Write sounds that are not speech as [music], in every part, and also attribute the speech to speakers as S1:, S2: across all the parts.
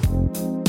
S1: Oh,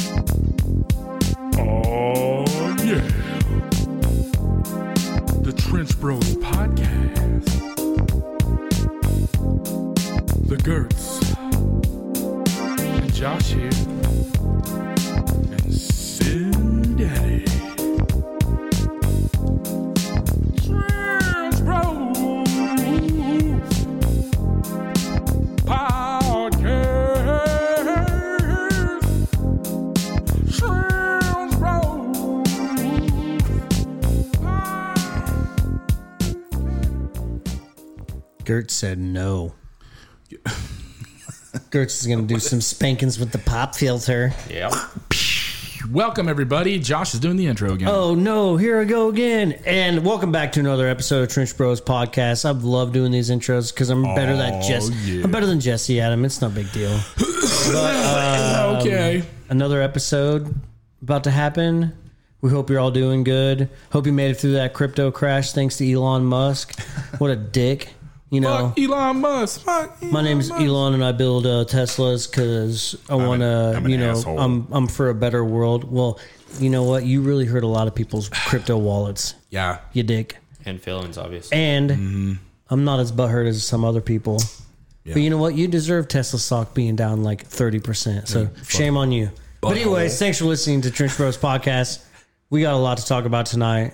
S2: Gertz said no. Gertz is going
S1: [laughs]
S2: to do some spankings with the pop filter.
S3: Yeah.
S1: Welcome, everybody. Josh is doing the intro again.
S2: Oh no, here I go again. And welcome back to another episode of Trench Bros podcast. I love doing these intros because I'm better than
S1: Oh,
S2: Jess.
S1: yeah.
S2: I'm better than Jesse Adam. It's no big deal.
S1: Uh, okay.
S2: Another episode about to happen. We hope you're all doing good. Hope you made it through that crypto crash thanks to Elon Musk. What a dick. You know,
S1: Fuck Elon Musk. Fuck
S2: My name is
S1: Musk.
S2: Elon, and I build uh, Teslas because I want to,
S3: I'm an
S2: you know,
S3: asshole.
S2: I'm I'm for a better world. Well, you know what? You really hurt a lot of people's [sighs] crypto wallets,
S1: Yeah.
S2: you dick.
S3: And feelings, obviously.
S2: And
S3: Mm-hmm.
S2: I'm not as butthurt as some other people. But you know what? You deserve Tesla stock being down like 30. percent So shame on you. But anyways, thanks for listening to Trench Bros podcast. We got a lot to talk about tonight,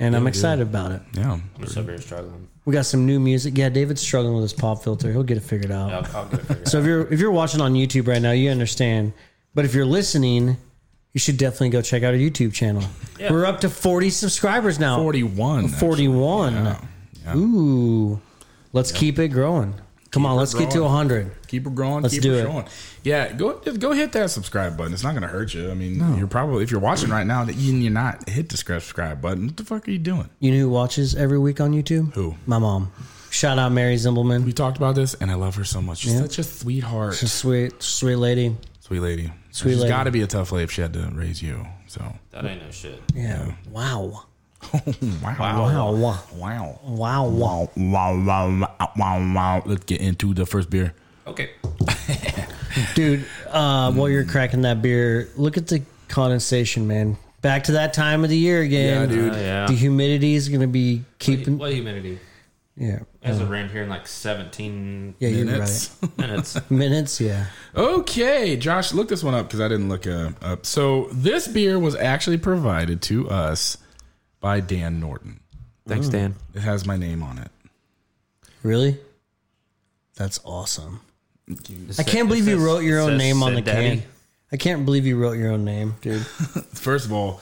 S2: and I'm excited about it.
S1: Yeah.
S3: I'm just over here struggling.
S2: We got some new music. Yeah, David's struggling with his pop filter. He'll get it figured out.
S3: I'll, I'll get it figured
S2: So if you're if you're watching on YouTube right now, you understand. But if you're listening, you should definitely go check out our YouTube channel.
S3: Yeah.
S2: We're up to 40 subscribers now.
S1: 41.
S2: 41.
S1: Yeah. Yeah.
S2: Ooh. Let's keep it growing. Come on,
S1: it
S2: let's get to
S1: growing.
S2: 100.
S1: Keep it growing.
S2: Let's
S1: keep
S2: do
S1: it
S2: it.
S1: growing. Yeah. Go just go hit that subscribe button. It's not going to hurt you. I mean, you're probably, if you're watching right now that you- you're not, hit the subscribe button. What the fuck are you doing?
S2: You know who watches every week on YouTube?
S1: Who?
S2: My mom. Shout out Mary
S1: We
S2: Zimbelman.
S1: talked about this, and I love her so much. She's such a sweetheart.
S2: She's a sweet, sweet lady.
S1: Sweet lady.
S2: Sweet
S1: She's
S2: lady.
S1: got to be a tough lady if she had to raise you. So,
S3: out. That ain't no shit.
S2: Yeah. Wow.
S1: [laughs] wow.
S2: Wow. Wow.
S1: Wow.
S2: Wow.
S1: Wow,
S2: wow.
S1: wow, wow, wow, wow, wow. Let's get into the first beer.
S3: Okay.
S2: Dude, uh, while you're cracking that beer, look at the condensation, man. Back to that time of the year again.
S1: Yeah, dude.
S3: Uh, yeah.
S2: The humidity is going to be keeping.
S3: What humidity?
S2: Yeah.
S3: As it rained here in like 17
S2: Yeah, you're
S1: Minutes.
S2: right. [laughs]
S3: minutes.
S2: Minutes, yeah.
S1: [laughs] Okay, Josh, look this one up because I didn't look uh, up. So this beer was actually provided to us by Dan Norton.
S3: Thanks, Dan.
S1: It has my name on it.
S2: Really? That's awesome. I can't believe you wrote your own name on the can. I can't believe you wrote your own name, dude.
S1: First of all,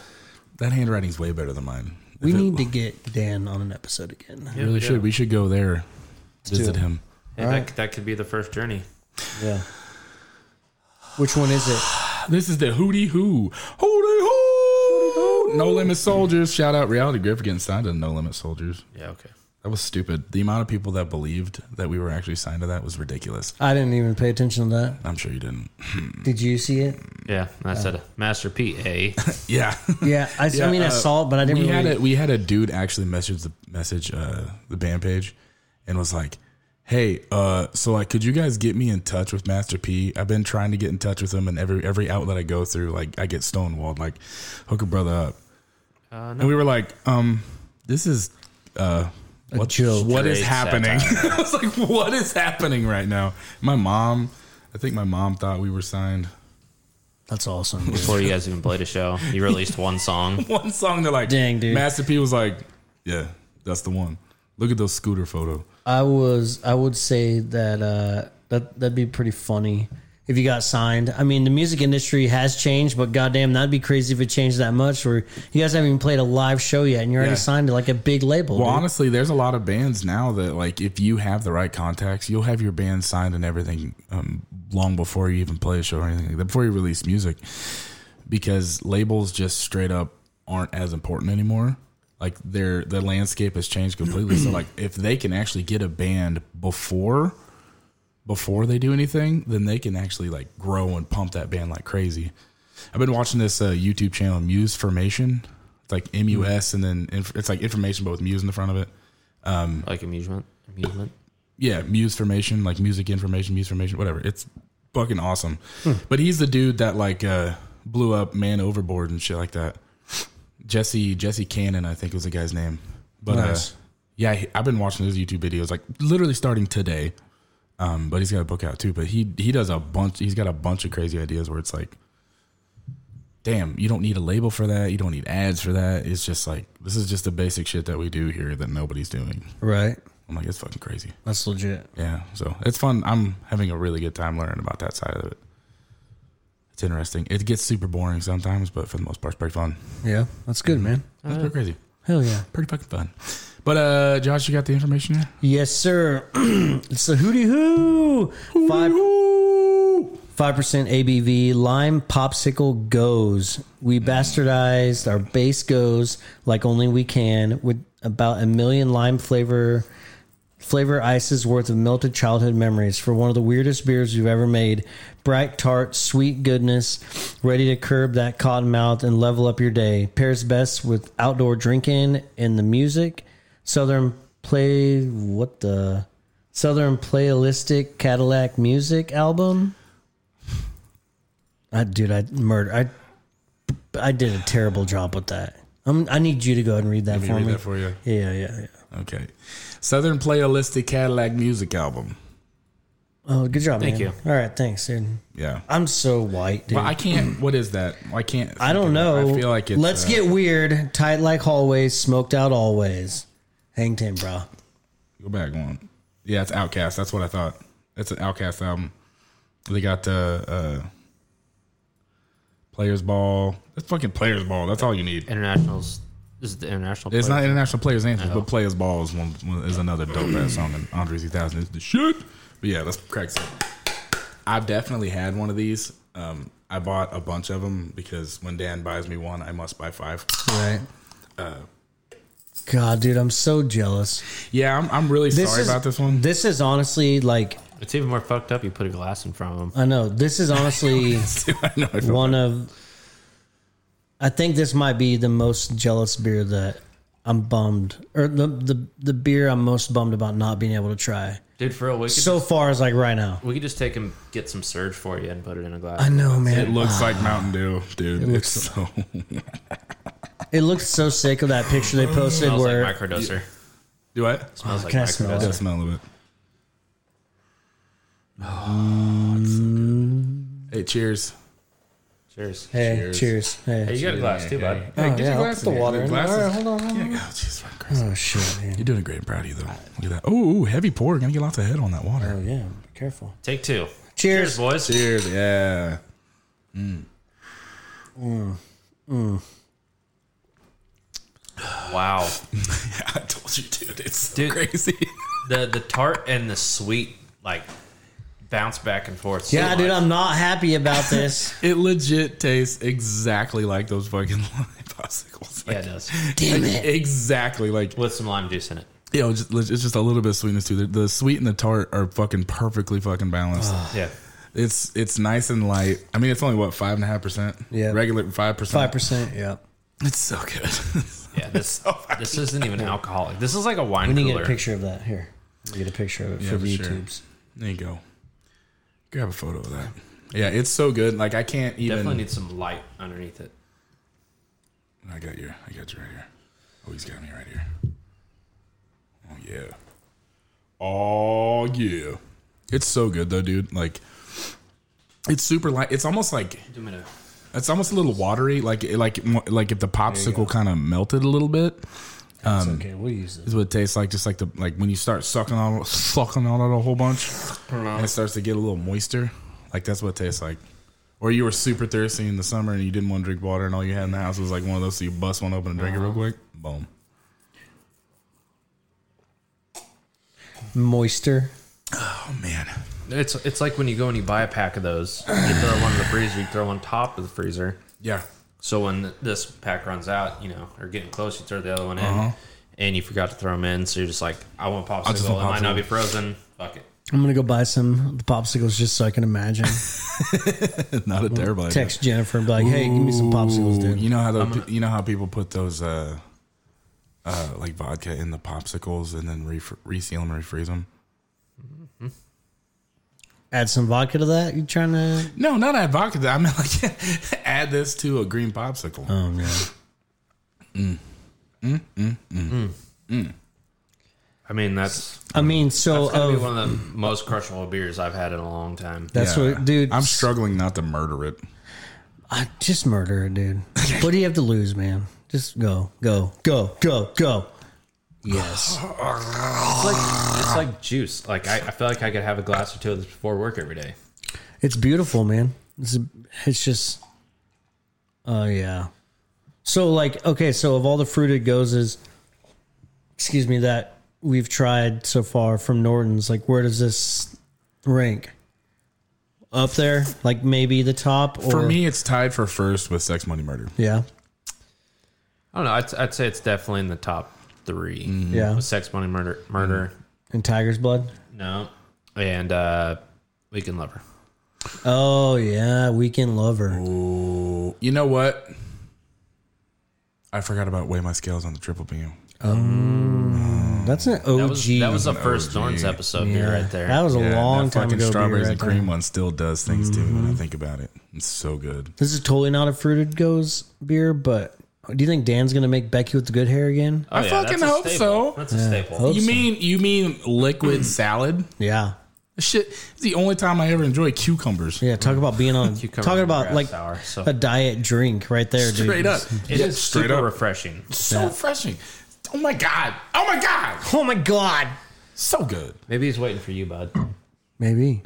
S1: that handwriting's way better than mine.
S2: We need to get Dan on an episode again.
S1: We really should. We should go there, visit
S2: it.
S1: him.
S3: Hey, that, that could be the first journey.
S2: Yeah. Which one is it?
S1: This is the Hootie Hoo. Hootie Hoo. No Limit Soldiers. Shout out Reality Grip for getting signed to No Limit Soldiers.
S3: Yeah, okay.
S1: That was stupid. The amount of people that believed that we were actually signed to that was ridiculous.
S2: I didn't even pay attention to that.
S1: I'm sure you didn't. [laughs]
S2: Did you see it?
S3: Yeah, I said Master P A.
S1: Yeah.
S2: Yeah. I, s-
S1: [laughs]
S2: I mean, I
S1: uh,
S2: saw it, but I didn't
S1: we
S2: really.
S1: had a we had a dude actually message the message uh the band page and was like hey uh so like could you guys get me in touch with master p i've been trying to get in touch with him and every every outlet i go through like i get stonewalled like hook a brother up and we were like um this is uh what,
S2: joke.
S1: what is
S3: Great
S1: happening [laughs] i was like what is happening right now my mom i think my mom thought we were signed [laughs]
S2: That's awesome. dude.
S3: Before you guys even played a show, you released one song.
S1: one song they're like
S2: Dang, dude.
S1: master p was like yeah that's the one look at those scooter photo
S2: I was I would say that uh that that'd be pretty funny if you got signed. I mean, the music industry has changed, but goddamn, that'd be crazy if it changed that much. Where you guys haven't even played a live show yet, and you're
S1: Yeah.
S2: already signed to like a big label.
S1: Well,
S2: dude.
S1: honestly, there's a lot of bands now that like if you have the right contacts, you'll have your band signed and everything um, long before you even play a show or anything like that, before you release music, because labels just straight up aren't as important anymore. Like their the landscape has changed completely. so like if they can actually get a band before before they do anything, then they can actually like grow and pump that band like crazy. I've been watching this uh, YouTube channel, Muse Formation. It's like M U S, and then inf- it's like information, but with Muse in the front of it.
S3: Like amusement. Amusement.
S1: Yeah, Muse Formation, like music information, Muse Formation, whatever. It's fucking awesome. But he's the dude that like uh, blew up Man Overboard and shit like that. Jesse Jesse Cannon, I think was the guy's name. But
S2: Nice.
S1: uh, yeah, he- I've been watching his YouTube videos like literally starting today. Um, but he's got a book out too. But he he does a bunch. He's got a bunch of crazy ideas where it's like, damn, you don't need a label for that. You don't need ads for that. It's just like this is just the basic shit that we do here that nobody's doing.
S2: right?
S1: I'm like, it's fucking crazy.
S2: That's legit.
S1: Yeah, so it's fun. I'm having a really good time learning about that side of it. It's interesting. It gets super boring sometimes, but for the most part, it's pretty fun.
S2: Oh, Yeah, that's good, man.
S1: It's pretty crazy.
S2: Hell yeah.
S1: Pretty fucking fun. But uh, Josh, you got the information here?
S2: Yes, sir. it's the hootie hoo. Five five percent ABV lime popsicle goes. We bastardized our base goes like only we can with about a million lime flavor flavor ices worth of melted childhood memories for one of the weirdest beers we've ever made. Bright, tart, sweet goodness, ready to curb that cotton mouth and level up your day. Pairs best with outdoor drinking and the music. Southern play what the Southern playlistic Cadillac music album. I dude, I murder. I I did a terrible job with that. I'm, I need you to go ahead and read that for
S1: read
S2: me.
S1: that for you.
S2: yeah, yeah, yeah.
S1: Okay. Southern Playalistic Cadillac Music Album.
S2: Oh, good job,
S3: Thank
S2: man. All right, thanks, dude.
S1: Yeah.
S2: I'm so white, dude.
S1: But I
S2: [clears throat]
S1: can't. What is that? I can't.
S2: I don't
S1: think of
S2: know.
S1: it. I feel like it's.
S2: Let's
S1: uh,
S2: get weird. Tight like hallways, smoked out always. Hang ten, bro.
S1: Go back one. Yeah, it's Outcast. That's what I thought. It's an Outcast album. They got the uh, Players Ball. That's fucking Players Ball. That's all you need.
S3: Internationals. This is the international.
S1: It's
S3: player.
S1: not International Players Anthem, but Players Ball is, one, one- is another dope ass song, and Andre 3000 is the shit. But yeah, that's crack some. I've definitely had one of these. Um, I bought a bunch of them because when Dan buys me one, I must buy five.
S2: Right.
S1: Uh,
S2: God, dude, I'm so jealous.
S1: Yeah, I'm, I'm really sorry
S2: is,
S1: about this [laughs] one.
S2: This is honestly like
S3: It's even more fucked up. You put a glass in front of them.
S2: I know. [laughs] This is honestly
S1: I know. I feel-
S2: one of. I think this might be the most jealous beer that I'm bummed, or the the, the beer I'm most bummed about not being able to try
S3: Dude, for real, we could,
S2: so far is like right now.
S3: we could just take and get some surge for you and put it in a glass.
S2: I know, man.
S1: It looks like Mountain Dew, dude. it's so. [laughs]
S2: It looked so sick of that picture they posted
S3: Smells
S2: where
S3: like microdoser.
S1: Do what?
S3: Smells like
S2: can I smell
S3: microdoser.
S1: Does smell of it. Um, hey, cheers.
S3: Cheers.
S2: Hey,
S1: Cheers.
S2: cheers. Hey.
S3: Hey, you got a glass too, bud.
S2: oh,
S1: Hey, get
S2: yeah,
S1: your
S2: I'll
S1: glass
S2: put the
S1: in here.
S2: water
S1: Your
S2: in. All
S1: glass is-
S2: right, hold on. hold
S1: Yeah,
S2: on.
S1: oh, jeez, fuck, Chris.
S2: Oh, shit, man.
S1: You're doing great. I'm proud of you, though. Look at that. Oh, heavy pour. Gonna get lots of head on that water.
S2: Oh, yeah. Be careful.
S3: Take two.
S2: Cheers.
S3: Cheers, boys.
S1: Cheers. Yeah.
S3: Wow.
S1: I told you, dude. It's so
S3: Dude.
S1: crazy.
S3: The the tart and the sweet like bounce back and forth. so
S2: Yeah, dude,
S3: much.
S2: I'm not happy about [laughs] this.
S1: it legit tastes exactly like those fucking [laughs] lime popsicles.
S3: Yeah,
S1: Like,
S3: it does.
S2: Damn
S1: like,
S2: it.
S1: Exactly. Like
S3: With some lime juice in it.
S1: you know, just, it's just a little bit of sweetness too. The, the sweet and the tart are fucking perfectly fucking balanced.
S3: Yeah.
S1: It's it's nice and light. I mean, it's only what five and a half percent.
S2: Yeah.
S1: regular five percent.
S2: 5%. Yeah.
S1: It's so good. [laughs]
S3: [laughs] Yeah. This this isn't even alcoholic. This is like a wine
S2: We need to get
S3: cooler.
S2: a picture of that. Here. We Get a picture of it for
S1: for
S2: the
S1: sure.
S2: YouTubes.
S1: there you go. Grab a photo of that. Yeah, it's so good. Like I can't even.
S3: Definitely need some light underneath it.
S1: I got your. I got you right here. Oh, he's got me right here. Oh yeah. Oh yeah. It's so good though, dude. Like, it's super light. It's almost like
S3: Do me a
S1: It's almost a little watery, like like like if the popsicle kind of melted a little bit.
S2: That's okay. We'll use this.
S1: Is what it tastes like, just like the like when you start sucking on sucking on it a whole bunch, and it starts to get a little moister. Like that's what it tastes like. Or you were super thirsty in the summer and you didn't want to drink water, and all you had in the house was like one of those, so you bust one open and drink it real quick. Boom.
S2: Moister.
S1: Oh man,
S3: It's it's like when you go and you buy a pack of those, you throw one in the freezer, you throw one top of the freezer.
S1: [laughs] yeah,
S3: So when this pack runs out, you know, or getting close, you throw the other one in, and you forgot to throw them in. So you're just like, I want popsicle.
S1: Uh-huh. just
S3: It
S1: want
S3: might
S1: popsicle.
S3: not be frozen. Fuck it.
S2: I'm going to go buy some of the popsicles just so I can imagine.
S1: not a terrible idea.
S2: Text Jennifer and be like, hey, give me some popsicles,
S1: Ooh,
S2: dude.
S1: You know how the, you know how people put those uh, uh, like vodka in the popsicles and then ref- reseal them, refreeze them.
S2: Add some vodka to that. You trying to.
S1: No, not add vodka. I mean, [laughs] like, add this to a green popsicle.
S2: Oh, man.
S3: I mean, that's
S2: I mean, so.
S3: that's gonna be
S2: of-
S3: one of the most crushable beers I've had in a long time.
S2: that's
S1: Yeah.
S2: what, dude.
S1: I'm struggling not to murder it.
S2: I just murder it, dude. what do you have to lose, man? Just go, go, go, go, go. Yes.
S3: It's like it's like juice. Like I, I feel like I could have a glass or two of this before work every day.
S2: It's beautiful, man. It's, it's just, oh yeah. So like, okay, so of all the fruited goes is excuse me, that we've tried so far from Norton's, like where does this rank? Up there, like maybe the top. Or,
S1: For me, it's tied for first with Sex, Money, Murder.
S2: yeah,
S3: I don't know. I'd, I'd say it's definitely in the top 3
S1: Mm-hmm.
S2: yeah,
S1: Mm.
S3: With Sex, Money, Murder, Murder.
S2: and Tiger's Blood.
S3: Mm-hmm. No, and uh, Weekend Lover.
S2: Oh yeah, Weekend Lover.
S1: Ooh, you know what? I forgot about weigh my scales on the triple beam.
S2: That's an OG.
S3: That was that was the first Thorns episode beer right there.
S2: That was a
S1: Yeah,
S2: long
S1: that
S2: time
S1: fucking
S2: ago.
S1: Strawberries
S2: beer
S1: and
S2: right
S1: cream
S2: there. Mm-hmm.
S1: one still does things to me when I think about it. It's so good.
S2: This is totally not a fruited goes beer, but do you think Dan's gonna make Becky with the good hair again?
S3: Oh,
S1: I
S3: yeah,
S1: fucking
S3: that's a
S1: hope
S3: staple.
S1: so.
S3: That's a staple.
S2: Hope
S1: You
S2: so.
S1: mean you mean [clears throat] liquid salad?
S2: Yeah,
S1: Shit, it's the only time I ever enjoy cucumbers.
S2: yeah. Talk about being
S3: [laughs]
S2: on.
S3: Cucumber
S2: talking about
S3: grass
S2: like
S3: sour, so-
S2: a diet drink right there, dude.
S1: Straight up,
S3: It
S1: Yeah,
S3: is super refreshing.
S1: so refreshing. Oh my god! Oh my god!
S2: Oh my god.
S1: So good.
S3: Maybe he's waiting for you,
S2: [laughs]
S3: bud.
S2: Maybe.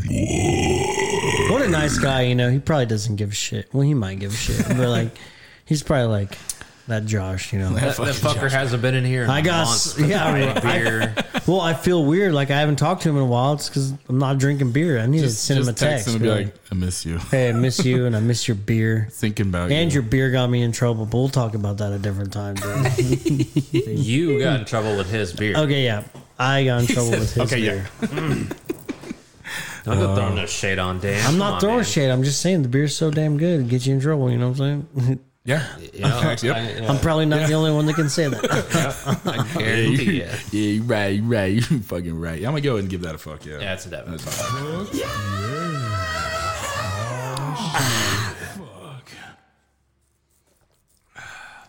S2: what a nice guy, you know. He probably doesn't give a shit. Well, he might give a shit, but like,
S1: [laughs]
S2: he's probably like that Josh, you know.
S3: That, that fucker hasn't been in here. In
S2: I got [laughs]
S3: months. [laughs]
S2: yeah.
S3: Right,
S2: I-
S3: beer.
S2: well, I feel weird. Like I haven't talked to him in a while. It's because I'm not drinking beer. I need to send him a text.
S1: and be
S2: be
S1: like, I miss you.
S2: hey, I miss you and I miss your beer.
S1: Thinking about
S2: And
S1: you.
S2: your beer got me in trouble, but we'll talk about that a different time. Dude.
S3: You got in trouble with his beer.
S2: okay, yeah, I got in trouble with his
S1: okay, yeah.
S2: beer.
S3: Don't go throwing no shade on Dan.
S2: Uh, I'm
S3: Come
S2: not
S3: on,
S2: throwing
S3: man.
S2: shade. I'm just saying the beer's so damn good, it gets you in trouble. You know what I'm saying?
S1: Yeah.
S2: [laughs]
S3: Yeah,
S1: [laughs] Yep.
S3: I- yeah,
S2: I'm probably not the only one that can say that.
S3: I guarantee it.
S1: Yeah, you right, you right, you [laughs] fucking right. I'm gonna go ahead and give that a fuck, yeah.
S3: Yeah, it's a devil.
S1: That's fine.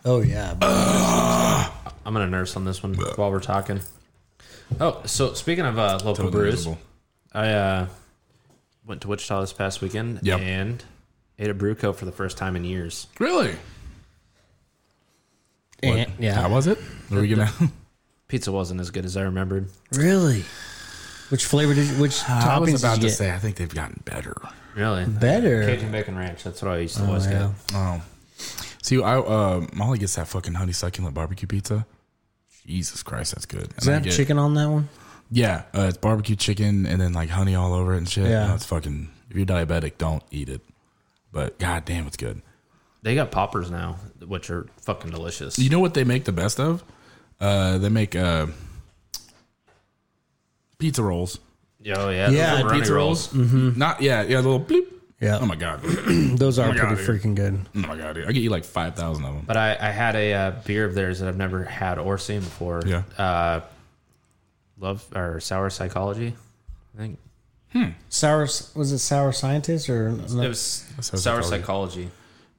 S2: oh yeah,
S3: I'm gonna nurse on this one while we're talking. Oh, so speaking of uh, local brews,
S1: Unbelievable.
S3: I uh, went to Wichita this past weekend
S1: Yep.
S3: and ate a brew co for the first time in years.
S1: Really?
S2: And-
S1: How
S2: yeah.
S1: was it? Are we gonna?
S3: Pizza wasn't as good as I remembered.
S2: Really? Which flavor did?
S1: [laughs]
S2: You, which
S1: I
S2: [laughs] toppings
S1: was about
S2: did
S1: to
S2: you get?
S1: say. I think they've gotten better.
S3: Really,
S2: Better.
S3: Cajun bacon ranch. That's what I used to always
S2: yeah.
S3: Um,
S1: Oh, see, I uh, Molly gets that fucking honey succulent barbecue pizza. Jesus Christ, that's good.
S2: Does that have chicken on that one?
S1: Yeah, uh, it's barbecue chicken and then like honey all over it and shit.
S2: Yeah.
S1: No, it's fucking. If you're diabetic, don't eat it. But god damn, it's good.
S3: get. They got poppers now, which are fucking delicious.
S1: You know what they make the best of? Uh, they make uh, pizza rolls.
S3: Oh
S2: Yeah,
S3: yeah, those are runny
S1: pizza rolls. Mm-hmm. Not yeah, yeah, little bleep.
S2: Yeah.
S1: Oh my god.
S2: Those are
S1: my God,
S2: pretty freaking good.
S1: Oh my god, dude. I get you like five thousand of them.
S3: But I, I had a uh, beer of theirs that I've never had or seen before.
S1: Yeah.
S3: Uh, love or sour psychology. I think
S2: Sour was it sour scientist or
S3: it was
S1: Sour
S3: sour
S1: Psychology.
S3: psychology.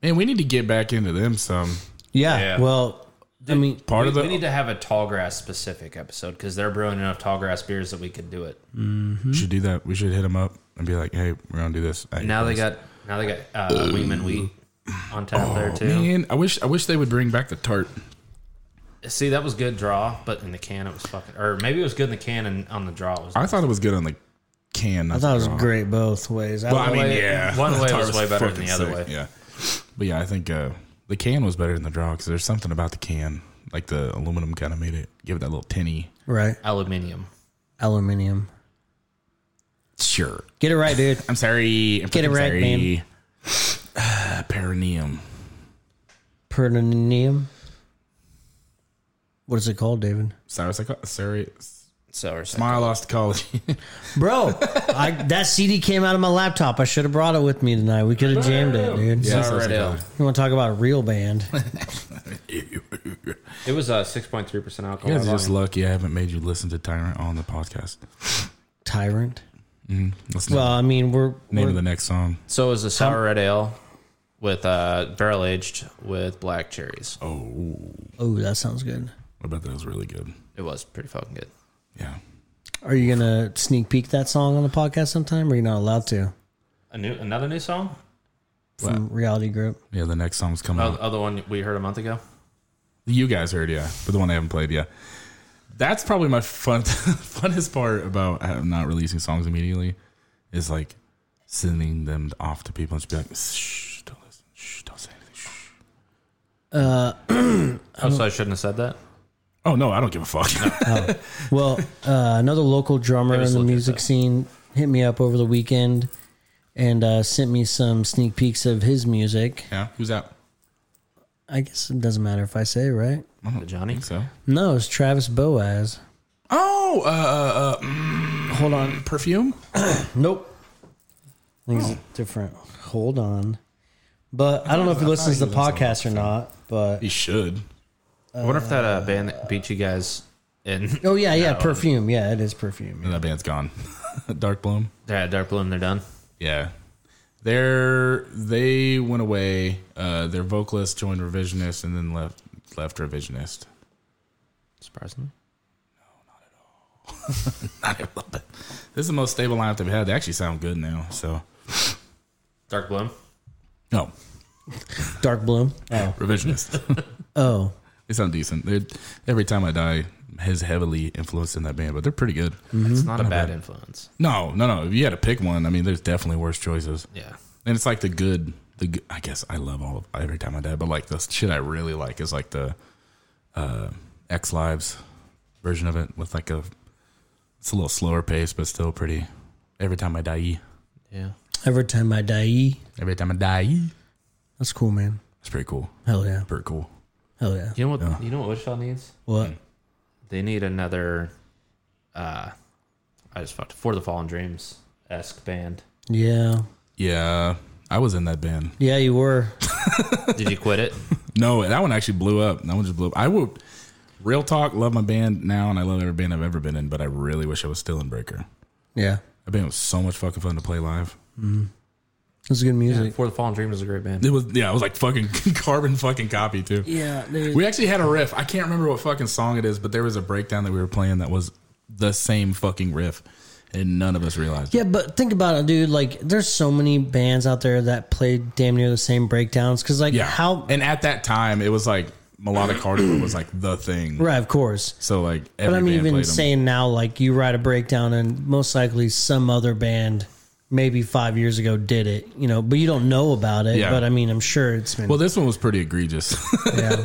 S1: Man, we need to get back into them some.
S2: yeah,
S3: Yeah.
S2: Well, I mean,
S1: Part
S3: we,
S1: of the
S3: we need to have a tall grass specific episode because they're brewing enough tall grass beers that we could do it.
S1: we should do that. We should hit them up and be like, hey, we're gonna do this. I hate
S3: Now they
S1: this.
S3: got now they got uh, Wingman Wheat on tap there too.
S1: Oh, Man, I wish I wish they would bring back the tart.
S3: See, that was good draw, but in the can it was fucking, or maybe it was good in the can and on the draw it was.
S1: I thought it was good on the can.
S2: I thought it was great both ways. I
S1: Well, [laughs] I
S2: don't-
S1: mean,
S3: way-
S1: yeah,
S3: one
S1: The
S3: way
S1: tart
S3: was way better
S1: fucking
S3: than the other way.
S1: Yeah, but yeah, I think uh, the can was better than the draw because there's something about the can, like the aluminum, kind of made it give it that little tinny.
S2: right?
S3: Aluminium.
S2: Aluminium.
S1: Sure,
S2: Get it right, dude.
S1: I'm sorry. I'm
S2: Get it
S1: fucking
S2: right,
S1: sorry. [sighs] Perineum.
S2: Perineum. What is it called, David?
S1: Sorry, psycho- sorry.
S3: Sour psychology.
S1: Smile lost [laughs] ecology.
S2: Bro, I, that CD came out of my laptop. I should have brought it with me tonight. We could have jammed it, dude.
S3: Sour ale.
S2: You want to talk about a real band?
S3: It was uh, 6.3% alcohol.
S1: You guys are just
S3: volume.
S1: lucky I haven't made you listen to Tyrant on the podcast.
S2: Tyrant.
S1: Let's
S2: Well,
S1: well,
S2: I mean, we're,
S1: name
S2: we're
S1: of the next song.
S3: So it was a sour red ale with uh, barrel aged with black cherries.
S2: oh, that sounds good.
S1: I bet that was really good.
S3: It was pretty fucking good.
S1: Yeah.
S2: Are you gonna sneak peek that song on the podcast sometime? Or are you not allowed to?
S3: A new another new song?
S2: From Reality Group.
S1: Yeah, the next song's coming
S3: Oh,
S1: out.
S3: the other one we heard a month ago.
S1: You guys heard, yeah, but the one I haven't played, yeah. That's probably my fun, [laughs] funnest part about uh, not releasing songs immediately is like sending them off to people and just be like, shh, don't listen, shh, don't say anything, shh.
S3: Um, Oh, so I shouldn't have said that.
S1: Oh no, I don't give a [laughs] fuck.
S2: Well, uh, another local drummer
S3: Maybe
S2: in
S3: just
S2: the
S3: look at
S2: music
S3: that.
S2: scene hit me up over the weekend and uh, sent me some sneak peeks of his music.
S1: yeah, who's that?
S2: I guess it doesn't matter if I say it, right?
S3: Johnny.
S1: So.
S2: No, it's Travis Boaz.
S1: Oh, uh, uh, uh, mm,
S2: Hold on.
S1: perfume.
S2: Nope. I think it's different. Hold on. But I, don't know if he
S1: I thought
S2: listens to
S1: he
S2: the
S1: listened to
S2: podcast or not, but
S1: He should.
S3: I wonder if that uh, band that beat you guys in [laughs]
S2: Oh yeah, yeah, perfume. Yeah, it is perfume.
S1: And that band's gone. [laughs] Dark Bloom.
S3: they're at Dark Bloom. They're done.
S1: Yeah. They're they went away. Uh, their vocalist joined Revisionist and then left left Revisionist.
S3: Surprisingly.
S1: Not even a little bit. This is the most stable lineup they've had. They actually sound good now. So
S3: Dark Bloom.
S1: no
S2: [laughs] Dark Bloom. Oh.
S1: Revisionist.
S2: Oh.
S1: they sound decent. They're, every time I die has heavily influenced in that band, but they're pretty good.
S3: It's Mm-hmm. not a bad influence.
S1: No, no, no. If you had to pick one, I mean, there's definitely worse choices.
S3: Yeah.
S1: And it's like the good, the good, I guess I love all of every time I die, but like the shit I really like is like the uh, X Lives version of it with like a it's a little slower pace, but still pretty. Every time I die,
S3: Yeah.
S2: Every time I die.
S1: every time I die,
S2: That's cool, man.
S1: it's pretty cool.
S2: Hell yeah.
S1: Pretty cool.
S2: Hell yeah.
S3: You know what? You know what Wichita needs?
S2: What?
S3: They need another. uh I just fucked for the Fallen Dreams esque band.
S2: Yeah.
S1: Yeah, I was in that band.
S2: Yeah, you were.
S3: Did you [laughs] quit it?
S1: No, that one actually blew up. That one just blew up. I would real talk love my band now, and I love every band I've ever been in, but I really wish I was still in Breaker.
S2: Yeah.
S1: That band was so much fucking fun to play live.
S2: It was good music.
S3: For the Fallen Dreams is a great band.
S1: It was yeah, it was like fucking [laughs] carbon fucking copy too.
S2: Yeah. dude.
S1: We actually had a riff. I can't remember what fucking song it is, but there was a breakdown that we were playing that was the same fucking riff, and none of us realized. it.
S2: Yeah, but think about it, dude. Like, there's so many bands out there that play damn near the same breakdowns. Because, like,
S1: yeah.
S2: how?
S1: And at that time, it was like melodic hardcore was like the thing.
S2: right, of course.
S1: So like, every
S2: But I'm
S1: band
S2: even
S1: played 'em.
S2: saying now, like, you write a breakdown, and most likely some other band, maybe five years ago, did it. You know, but you don't know about it.
S1: Yeah.
S2: But I mean, I'm sure it's been.
S1: Well, this one was pretty egregious. [laughs]
S2: yeah.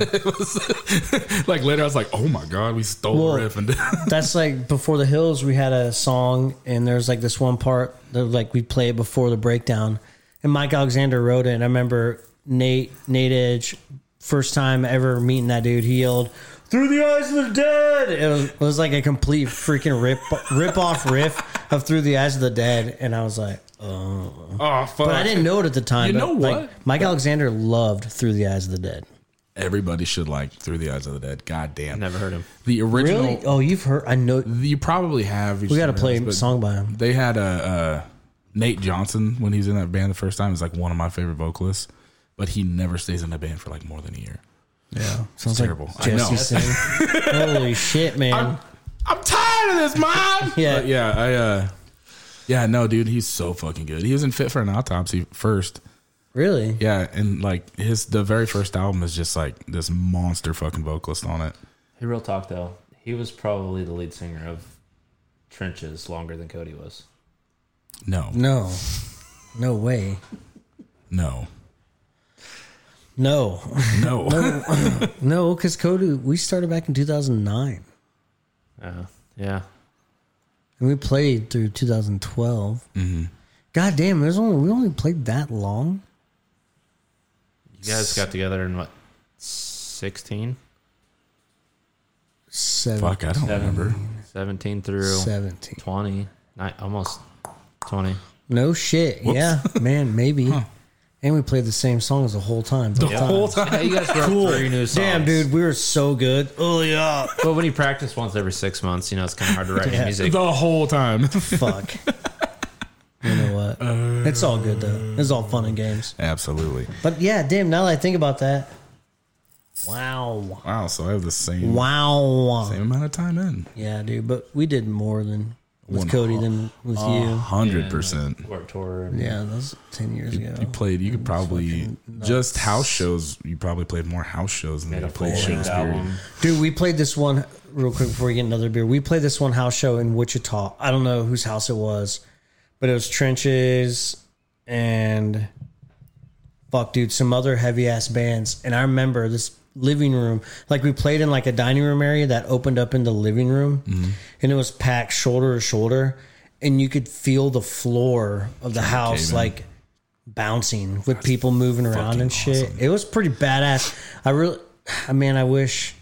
S1: like later, I was like, "Oh my god, we stole
S2: Well-
S1: the riff!" And [laughs]
S2: That's like before the hills. We had a song, and there's like this one part that like we play it before the breakdown, and Mike Alexander wrote it. And I remember Nate Nate Edge, first time ever meeting that dude, he yelled "Through the Eyes of the Dead." It was, it was like a complete freaking rip rip off riff of "Through the Eyes of the Dead," and I was like, oh.
S1: oh fuck!
S2: but I didn't know it at the time.
S1: You
S2: but,
S1: know
S2: like,
S1: what?
S2: Mike Alexander loved "Through the Eyes of the Dead."
S1: Everybody should like "Through the Eyes of the Dead." God damn,
S3: Never heard him.
S1: the original. Mm,
S2: Really? Oh, you've heard? I know.
S1: You probably have.
S2: We got to play a song by him.
S1: They had a, uh Nate Johnson when he was in that band the first time. Is like one of my favorite vocalists, but he never stays in that band for like more than a year.
S2: Yeah, sounds
S1: terrible. I
S2: Like
S1: know.
S2: Jesse
S1: [laughs]
S2: Singh. Holy shit, man!
S1: I'm tired of this, mom.
S2: Yeah.
S1: But yeah. I. uh Yeah, no, dude, he's so fucking good. He was in Fit for an Autopsy first.
S2: really?
S1: Yeah, and like his the very first album is just like this monster fucking vocalist on it.
S3: Hey, real talk though. He was probably the lead singer of Trenches longer than Cody was.
S1: No,
S2: No, no way.
S1: no,
S2: No,
S1: no. [laughs]
S2: no, because Kodu, we started back in 2009,
S3: Uh, yeah.
S2: and we played through 2012. Mm-hmm. God damn, there's only we only played that long.
S3: You guys got together in what? Sixteen.
S2: Seven,
S1: Fuck, I don't remember.
S3: 17 through
S2: Seventeen.
S3: 20, ni- almost 20.
S2: No shit. Yeah, man,
S1: [laughs]
S2: maybe. And we played the same songs the whole time. The
S1: whole time.
S3: Hey, you guys wrote three new songs.
S2: Damn, dude, we were so good. Oh yeah.
S3: But when you practice once every six months, you know, it's kind of hard to write new
S2: Yeah.
S3: music.
S1: The whole time. [laughs]
S2: Fuck. you know what?
S1: Uh,
S2: it's all good though. It's all fun and games.
S1: Absolutely.
S2: But yeah, damn. Now that I think about that, wow,
S1: Wow. So I have the same
S2: wow,
S1: same amount of time in.
S2: yeah, dude. But we did more than with
S1: One Ah.
S2: Cody
S1: hu-
S2: than with
S1: Hundred percent.
S3: Work tour. and-
S2: you. Yeah, that was ten years ago.
S1: You played. You could probably just house shows. You probably played more house shows than
S3: Made
S1: you
S3: a
S1: played
S3: full
S1: shows. Period.
S3: album.
S2: Dude, we played this one real quick before we get another beer. We played this one house show in Wichita. I don't know whose house it was, but it was trenches and fuck, dude, some other heavy ass bands. And I remember this living room. Like we played in like a dining room area that opened up into the living room,
S1: Mm-hmm.
S2: and it was packed shoulder to shoulder, and you could feel the floor of the
S1: cave
S2: house
S1: in.
S2: like bouncing with people moving around and shit. It was pretty badass. I really, I mean, I wish.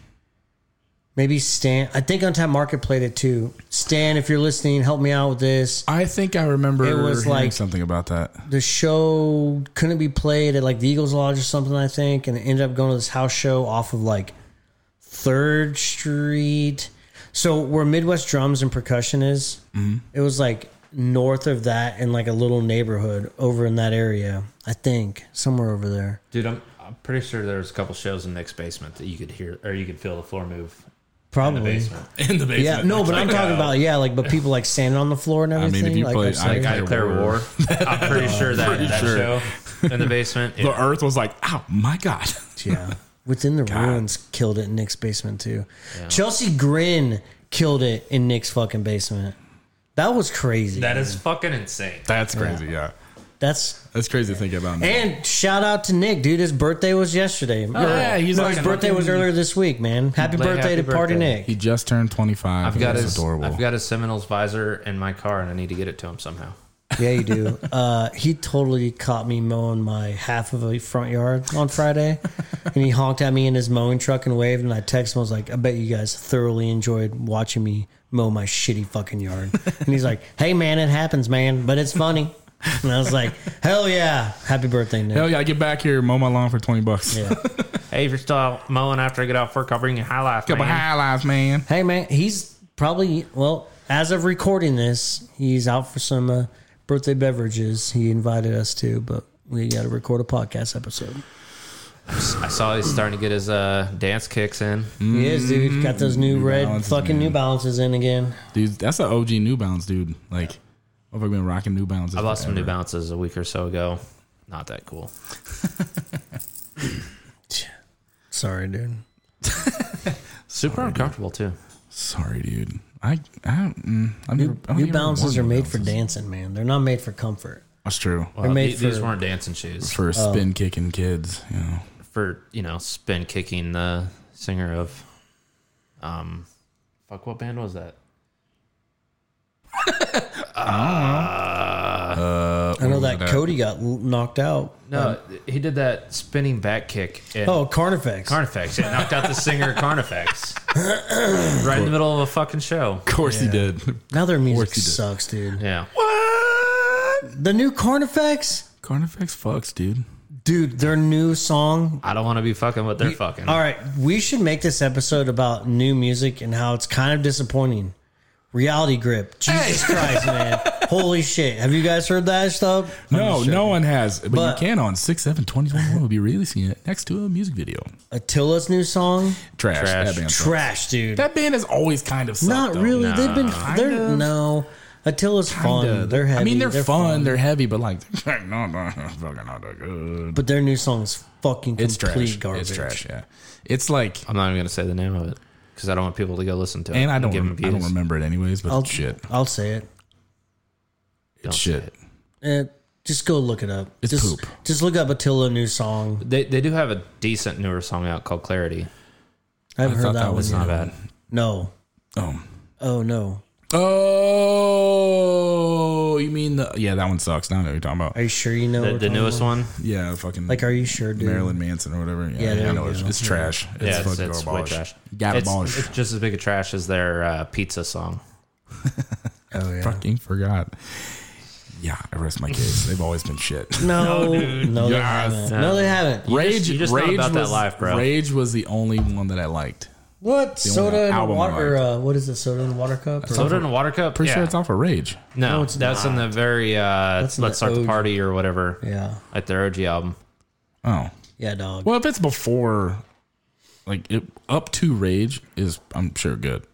S2: Maybe Stan. I think on Time Market played it too. Stan, if you're listening, help me out with this.
S1: I think I remember
S2: It was
S1: hearing
S2: like-
S1: something about that.
S2: the show couldn't be played at like the Eagles Lodge or something, I think, and it ended up going to this house show off of like Third Street. So where Midwest Drums and Percussion is, it was like north of that in like a little neighborhood over in that area, I think, somewhere over there.
S3: Dude, I'm, I'm pretty sure there was a couple shows in Nick's basement that you could hear or you could feel the floor move in the
S2: Probably.
S3: basement.
S1: In the basement.
S2: yeah, no, but I'm talking
S3: uh,
S2: about yeah, like but people like standing on the floor and
S1: mean, if
S2: everything.
S1: you
S2: like,
S1: play-
S2: that's,
S1: I-
S2: like-
S3: Guy
S1: Declare
S3: Claire
S1: war.
S3: War. [laughs] I'm pretty sure that,
S1: Pretty
S3: that
S1: sure.
S3: show in the [laughs] basement.
S1: The
S3: it-
S1: earth was like, oh my God.
S2: [laughs] Yeah. Within the Ruins killed it in Nick's basement too. Chelsea Grin killed it in Nick's fucking basement. That was crazy.
S3: that is fucking insane.
S1: [laughs] That's crazy. Yeah.
S2: That's
S1: That's crazy to think about. now.
S2: and oh, shout out to Nick, dude. His birthday was yesterday. Or,
S1: Oh, yeah, he's
S2: no,
S1: like
S2: his birthday was
S1: fucking-
S2: earlier this week, man. Happy
S3: Like,
S2: birthday
S3: happy
S2: to Party
S3: birthday.
S2: Nick.
S1: He just turned 25.
S3: I've got
S1: That's
S3: his
S1: adorable.
S3: I've got his Seminoles visor in my car, and I need to get it to him somehow.
S2: Yeah, you do. Uh, he totally caught me mowing my half of a front yard on Friday, and he honked at me in his mowing truck and waved. And I texted him, I was like, "I bet you guys thoroughly enjoyed watching me mow my shitty fucking yard." And he's like, "Hey, man, it happens, man, but it's funny." And I was like, "Hell yeah, happy birthday, Nick!"
S1: Hell yeah, get back here, mow my lawn for 20 bucks. [laughs]
S2: Yeah.
S3: Hey, if you're still out mowing after I get off work, I'll bring you high life.
S1: Couple
S3: man.
S1: highlights, man.
S2: Hey, man, he's probably well as of recording this, he's out for some uh, birthday beverages. He invited us to, but we got to record a podcast episode.
S3: I saw he's starting to get his uh, dance kicks in.
S2: He is, dude. Got those new, red
S1: Balances,
S2: fucking New Balances in again.
S1: Dude, that's the OG New Balance, dude. Like, I've been rocking New Balances.
S3: I bought some New
S1: forever.
S3: Balances a week or so ago. Not that cool.
S2: Sorry, dude.
S3: Super
S1: Oh,
S3: uncomfortable too.
S1: Sorry, dude. I, I don't, mm, I've never, I've
S2: New
S1: never
S2: Balances
S1: worn
S2: are
S1: New
S2: made for
S1: Balances.
S2: dancing, man. They're not made for Oh. comfort.
S1: That's true.
S3: Well,
S2: made
S3: the- these
S2: for-
S3: weren't dancing shoes
S1: For spin kicking kids, you know.
S3: for you know spin kicking the singer of um fuck what band was that?
S2: I know that Cody got l- knocked out.
S3: No,
S1: Um,
S3: he did that spinning back kick. In
S2: Oh, Carnifex.
S3: Carnifex. It knocked out the singer
S1: [laughs]
S3: Carnifex right in the middle of a fucking show.
S1: Of course he did. [laughs]
S2: now their music
S1: course he did.
S2: sucks, dude.
S3: Yeah.
S1: What?
S2: The new Carnifex,
S1: Carnifex fucks, dude.
S2: dude. Their new song.
S3: I don't want to be fucking what they're fucking.
S2: All right, we should make this episode about new music and how it's kind of disappointing. Reality grip. Jesus Christ, man.
S1: [laughs]
S2: Holy shit. Have you guys heard that stuff?
S1: No, no one has. But,
S2: But-
S1: you can on 6 7 2021. We'll be releasing it next to a music video.
S2: Attila's new song.
S1: Trash.
S3: Trash.
S1: That band, sucks.
S2: Trash, dude.
S1: that band is always kind of sucked,
S2: Not
S1: though.
S2: really. They've been
S1: Nah.
S2: they're
S1: Kind of.
S2: no. Attila's
S1: Kinda.
S2: fun. They're heavy.
S1: I mean, they're, fun,
S2: fun.
S1: They're heavy, but like, [laughs] no, no, fucking not that good.
S2: But their new song is fucking complete
S1: It's trash.
S2: garbage.
S1: It's trash. Yeah. It's like,
S3: I'm not even gonna say the name of it because I don't want people to go listen to it.
S1: and I don't,
S3: give
S1: rem-
S3: them
S1: I don't
S3: views.
S1: remember it anyways. But
S2: I'll,
S1: it's shit.
S2: I'll say it.
S1: It's
S3: say
S1: shit.
S2: Eh, just go look it up.
S1: It's
S2: just,
S1: poop.
S2: Just look up Attila new song.
S3: They they do have a decent newer song out called Clarity.
S2: I
S1: I
S2: haven't heard
S1: thought
S2: that,
S1: that
S2: one.
S1: was
S2: yet.
S3: Not bad.
S1: Mm-hmm.
S2: No.
S1: Oh.
S2: Oh no.
S1: Oh, you mean the yeah? That one sucks. Now I know what you're talking about.
S2: Are you sure you know
S3: The,
S2: what
S3: the
S2: I'm
S3: newest
S2: talking
S3: one.
S1: Yeah, fucking
S2: about? Like, are you sure, dude?
S1: Marilyn Manson or whatever. Yeah,
S2: there
S1: I
S2: you
S1: know it's,
S2: go.
S1: it's trash. It's
S3: Yeah, it's,
S1: fucking
S3: it's way
S1: garbage.
S3: trash.
S1: Got
S3: it's,
S1: abolished.
S3: it's just as big a trash as their uh, pizza song.
S2: Oh yeah.
S1: Fucking forgot. Yeah, I rest my case. They've always been
S3: [laughs]
S1: shit.
S2: No, no, they
S1: Yes.
S2: haven't. No, they haven't.
S1: Rage,
S3: you just thought
S1: Rage
S3: about that
S1: was,
S3: live, bro.
S1: Rage was the only one that I liked.
S2: What
S1: only
S2: soda and
S1: album I
S2: water? Uh, what is it? Soda and water cup? Or-
S3: Soda in a water cup.
S1: Pretty
S3: yeah.
S1: sure it's off of Rage.
S3: No,
S2: No, it's
S3: that's in the very uh,
S2: That's in
S3: let's
S2: the
S3: start the
S2: OG.
S3: party or whatever.
S2: Yeah,
S3: At their OG album.
S1: Oh,
S2: yeah, dog.
S1: well, if it's before, like it, up to Rage is, I'm sure good.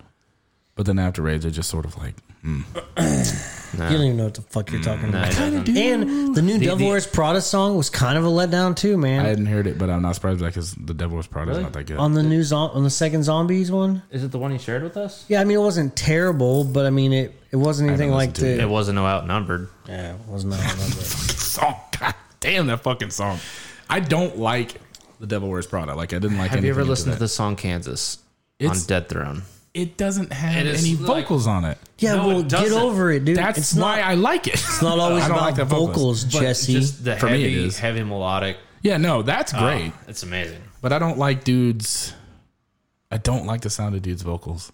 S1: But then after Rage, I just sort of like
S2: You don't even know what the fuck you're talking
S3: I
S2: about.
S3: don't-
S2: And the new Devil
S3: the-
S2: Wears Prada song was kind of a letdown too, man.
S1: I hadn't heard it, but I'm not surprised by that because the Devil's Prada is
S3: Really?
S1: not that good.
S2: on the new zo- on the second Zombies one,
S3: Is it the one you shared with us?
S2: yeah, I mean it wasn't terrible, but I mean it it wasn't anything like
S1: listened
S2: the
S3: It wasn't no outnumbered. [laughs]
S2: yeah, it wasn't. that one, but-
S1: song, god damn that fucking song. I don't like The Devil Wears Prada. Like I didn't like.
S3: Have you ever
S1: anything into
S3: listened to
S1: that.
S3: the song Kansas
S1: It's-
S3: on Dead Throne?
S1: It doesn't have
S3: It is
S1: any
S3: like-
S1: vocals on it.
S2: Yeah,
S3: No,
S2: well,
S3: it
S2: get
S3: doesn't.
S2: over it, dude.
S1: That's
S2: it's
S1: why
S2: not,
S1: I like it. It's
S2: not always about vocals, Jesse.
S3: Just the
S1: For me,
S3: heavy,
S1: it is.
S3: heavy melodic.
S1: [laughs] Yeah, no, that's great.
S3: Oh, it's amazing.
S1: But I don't like dudes. I don't like the sound of dudes' vocals,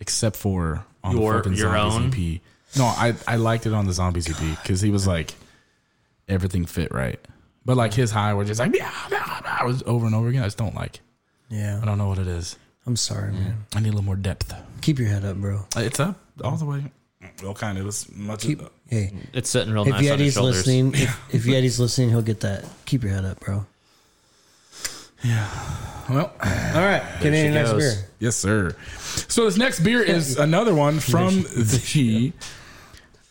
S1: except for on
S3: Your-
S1: the fucking
S3: your
S1: Zombies EP. No, I I liked it on the Zombies EP because he was like everything fit right. But like his high were just like yeah, yeah, yeah, was over and over again. I just don't like. I
S2: yeah,
S1: don't know what it is.
S2: I'm
S3: Mm.
S2: sorry, man.
S1: I need a little more depth.
S2: Keep your head up, bro.
S1: Uh, It's up all the way. Well, kind of. It's much.
S2: Keep, hey,
S3: It's sitting real
S2: if
S3: nice on his
S2: Yeti's
S3: shoulders.
S2: listening,
S3: [laughs]
S2: if, if Yeti's listening, he'll get that. Keep your head up, bro.
S1: well,
S2: All right, get
S3: she
S2: in your next
S3: goes.
S2: beer.
S1: yes, sir. So this next [laughs] beer is another one from [laughs] the.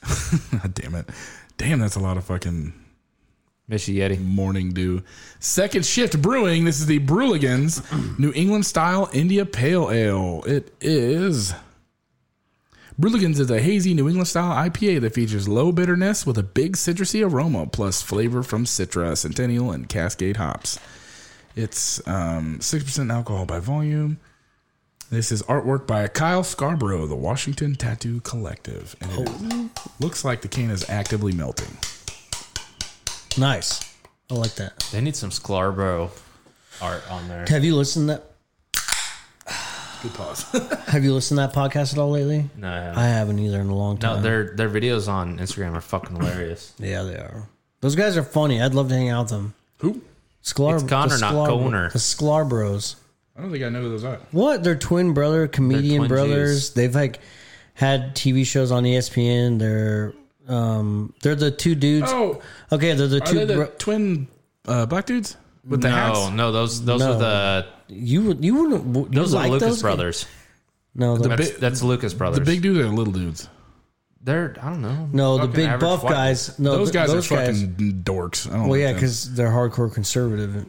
S1: [laughs] Damn it! Damn, that's a lot of fucking
S3: Miss you, Yeti.
S1: morning dew. Second Shift Brewing. This is the Brewligans [clears throat] New England Style India Pale Ale. It is. Brewligans is a hazy New England style IPA that features low bitterness with a big citrusy aroma plus flavor from Citra, Centennial, and Cascade hops. It's um, 6% alcohol by volume. This is artwork by Kyle Scarborough, the Washington Tattoo Collective. And it looks like the can is actively melting.
S2: Nice. I like that.
S3: They need some Scarborough art on there.
S2: Have you listened to
S1: Good pause. [laughs]
S2: that? Have you listened to that podcast at all lately?
S3: No, I haven't.
S2: I haven't either in a long
S3: no,
S2: time.
S3: their their videos on Instagram are fucking hilarious.
S2: yeah, they are. Those guys are funny. I'd love to hang out with them.
S1: Who?
S2: Sklar-
S3: It's Connor,
S2: the
S3: not
S2: Sklar-
S3: Conor.
S2: The Sklar Bros.
S1: I don't think I know who those are.
S2: What? They're twin brother comedian
S3: twin
S2: brothers. They've like had TV shows on E ESPN. They're um they're the two dudes.
S1: Oh,
S2: Okay, they're the
S1: are
S2: two.
S1: they the
S2: bro-
S1: twin uh, black dudes with the
S3: No,
S1: hats?
S3: no, those those
S2: No.
S3: are the
S2: you would you wouldn't w- you
S3: those are
S2: like
S3: Lucas
S2: those?
S3: brothers.
S2: No, the,
S3: That's,
S1: big-
S3: that's Lucas brothers.
S1: The big dudes are the little dudes.
S3: They're I don't know.
S2: no the
S3: fucking
S2: big
S3: average
S2: buff
S3: white-
S2: guys. No,
S1: Those
S2: Uh, th-
S1: guys
S2: those
S1: are
S2: guys.
S1: fucking dorks. I don't
S2: Well,
S1: like
S2: yeah,
S1: them.
S2: because they're hardcore conservative.
S1: yeah,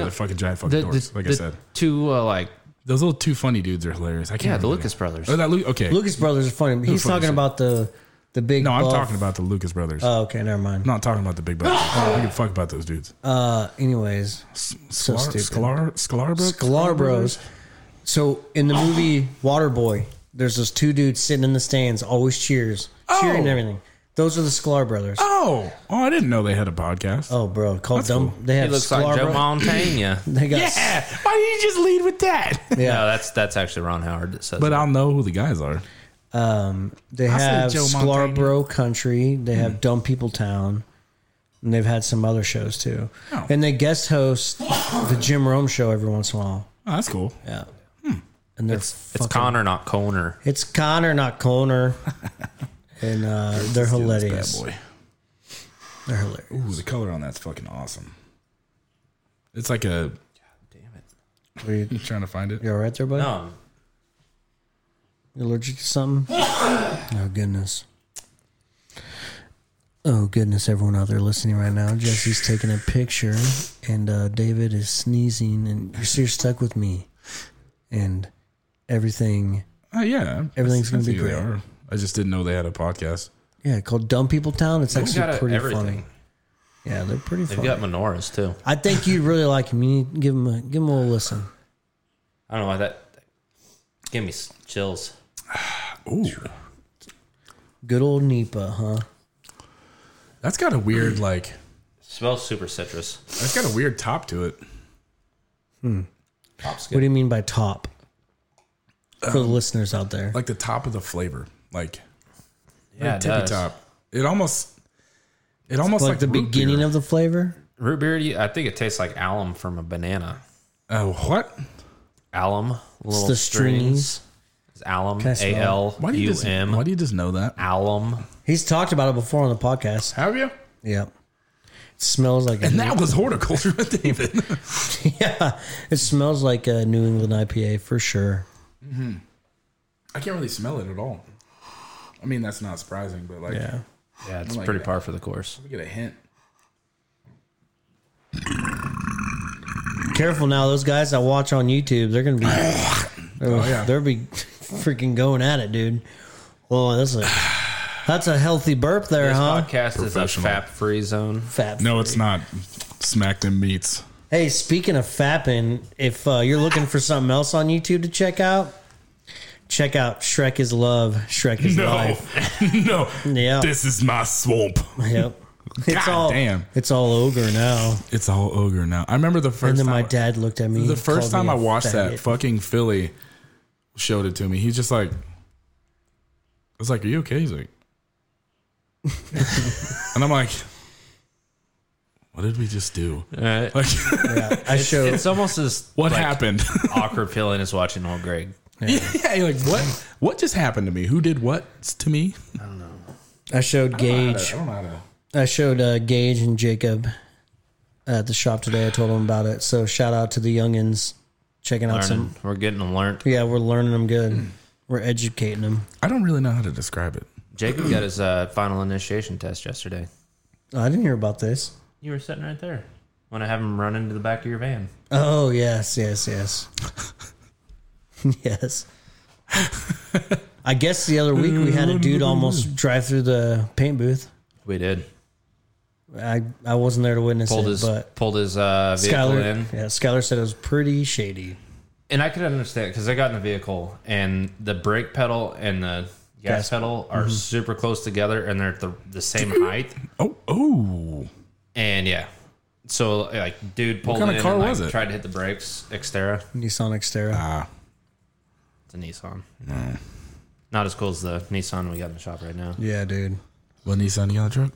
S1: they're fucking giant
S3: The,
S1: fucking
S3: the,
S1: dorks. Like I
S3: the
S1: said,
S3: two uh, like
S1: those little two funny dudes are hilarious. I can't.
S3: yeah, the
S1: remember
S3: Lucas
S1: their-
S3: brothers.
S1: Oh, that Lu- okay.
S2: Lucas brothers are funny. but He's
S1: funny
S2: talking
S1: shit.
S2: about the the big.
S1: no, I'm
S2: buff-
S1: talking about the Lucas brothers.
S2: Oh, okay, never mind.
S1: I'm not talking about the big brothers. I don't give a fuck about those dudes.
S2: Uh, anyways, so
S1: Sklar,
S2: stupid.
S1: Sklar, Sklar, Bros?
S2: Sklar Bros. So in the movie Waterboy, there's those two dudes sitting in the stands, always cheers, cheering and
S1: Oh.
S2: everything. Those are the Sklar brothers. Oh,
S1: Oh, oh, I didn't know they had a podcast.
S2: bro, called dumb. They
S3: He
S2: have
S3: looks
S2: Sklar
S3: like Joe
S2: Bro-
S3: Montana.
S2: [laughs] They got
S1: Yeah, why did you just lead with that?
S2: [laughs]
S3: No,
S2: yeah.
S3: that's that's actually Ron Howard that says.
S1: but
S3: it.
S1: I'll know who the guys are. Oh,
S2: Um, they
S1: I said
S2: have
S1: Joe
S2: Sklar
S1: Montana.
S2: Bro Country. They have Dumb People Town, and they've had some other shows too.
S1: Oh.
S2: And they guest host the Jim Rome show every once in a while.
S1: Oh, that's cool.
S2: Yeah. And they're
S3: it's
S2: fucking-
S3: Connor, not Conor.
S2: It's Connor, not Conor. and uh, they're
S1: Let's do this
S2: hilarious.
S1: Bad boy.
S2: They're hilarious.
S1: Ooh, the color on that's fucking awesome. It's like a.
S2: Are you,
S1: You trying to find it?
S2: you all right there, buddy?
S3: No,
S2: You allergic to something? oh goodness. Oh goodness, everyone out there listening right now. Jesse's taking a picture and uh, David is sneezing and you're, so you're stuck with me. And everything
S1: Oh yeah,
S2: Everything's
S1: I
S2: gonna be
S1: see who they
S2: great.
S1: are. I just didn't know they had a podcast.
S2: yeah, called Dumb People Town. It's
S3: they've
S2: actually
S3: got
S2: pretty
S3: everything.
S2: funny. Yeah, they're pretty
S3: They've
S2: funny.
S3: got menorahs too.
S2: I think you'd really like him. You need, give him a give him a little listen.
S3: I don't know why that, that give me s- chills.
S1: Ooh,
S2: Good old Nipa, huh?
S1: that's got a weird like.
S3: Smells super citrus.
S1: That's got a weird top to it.
S2: What do you mean by top? For the
S3: Um,
S2: listeners out there.
S1: Like the top of the flavor, like
S3: Yeah, it
S1: tippy
S3: does.
S1: top. It almost. It almost
S2: like,
S1: like
S2: the beginning of the flavor?
S3: Root beer, you- I think it tastes like alum from a banana.
S1: Oh what?
S3: Alum, little
S2: the
S3: strings.
S2: strings.
S3: It's alum,
S2: I smell
S3: A
S2: it?
S3: L
S1: Why do you
S3: U
S1: just? Why
S3: M.
S1: do you just know that?
S3: Alum.
S2: He's talked about it before on the podcast.
S1: Have you?
S2: Yep. It smells like
S1: [laughs]
S2: a
S1: And [laughs] that was horticulture with David.
S2: yeah. [laughs] It smells like a New England IPA for sure.
S1: I can't really smell it at all. I mean, that's not surprising, but like,
S2: Yeah.
S3: Yeah, it's
S1: like
S3: pretty
S1: that.
S3: par for the course.
S1: we get a hint.
S2: Careful now, those guys I watch on YouTube, they're gonna be they're,
S1: yeah.
S2: they'll be freaking going at it, dude. Well, that's a that's a healthy burp there,
S1: Uh-huh.
S2: huh?
S3: This podcast is a
S1: Professional.
S3: fap free zone.
S2: Fat
S1: No, it's not. Smacked in meats.
S2: Hey, speaking of fapping, if uh, you're looking for something else on YouTube to check out, check out Shrek is Love, Shrek is
S1: No,
S2: Life.
S1: [laughs] no.
S2: Yeah.
S1: This is my swamp.
S2: Yep. It's
S1: God
S2: all
S1: damn.
S2: It's all ogre now.
S1: It's all ogre now. I remember the first
S2: And then
S1: time
S2: my dad looked at me.
S1: the
S2: and
S1: first time
S2: called me
S1: I
S2: a
S1: watched that
S2: faggot.
S1: fucking Philly showed it to me. He's just like I was like, Are you okay? He's like [laughs] And I'm like What did we just do?
S3: Alright.
S1: Like [laughs]
S2: Yeah, I showed.
S3: It's almost as
S1: what
S3: like,
S1: happened? [laughs]
S3: awkward feeling as watching old Greg.
S1: Yeah. you're like what what just happened to me? Who did what to me?
S2: I showed Gage.
S1: don't know how to
S2: I showed uh, Gage and Jacob at the shop today. I told them about it. So shout out to the youngins checking out
S3: Learning.
S2: some.
S3: We're getting alert.
S2: Yeah, we're learning them good. We're educating them.
S1: I don't really know how to describe it.
S3: Jacob got his uh, final initiation test yesterday.
S2: Oh, I didn't hear about this.
S3: You were sitting right there when I have him run into the back of your van.
S2: Oh yes, yes, yes, [laughs] yes. I guess the other week we had a dude almost drive through the paint booth.
S3: We did.
S2: I, I wasn't there to witness
S3: Pulled
S2: it,
S3: his
S2: but
S3: pulled his uh, vehicle in.
S2: Skylar, yeah, Skylar said it was pretty shady.
S3: and I could understand because I got in the vehicle and the brake pedal and the gas,
S2: Gas.
S3: pedal are super close together and they're at the, the same height.
S1: Oh oh
S3: And yeah, so like, dude pulled
S1: kind
S3: in
S1: of car
S3: and, like,
S1: was it?
S3: tried to hit the brakes. Xterra,
S2: Nissan Xterra.
S1: ah.
S3: it's a Nissan. Not as cool as the Nissan we got in the shop right now.
S2: yeah, dude.
S1: What Nissan you got in the truck?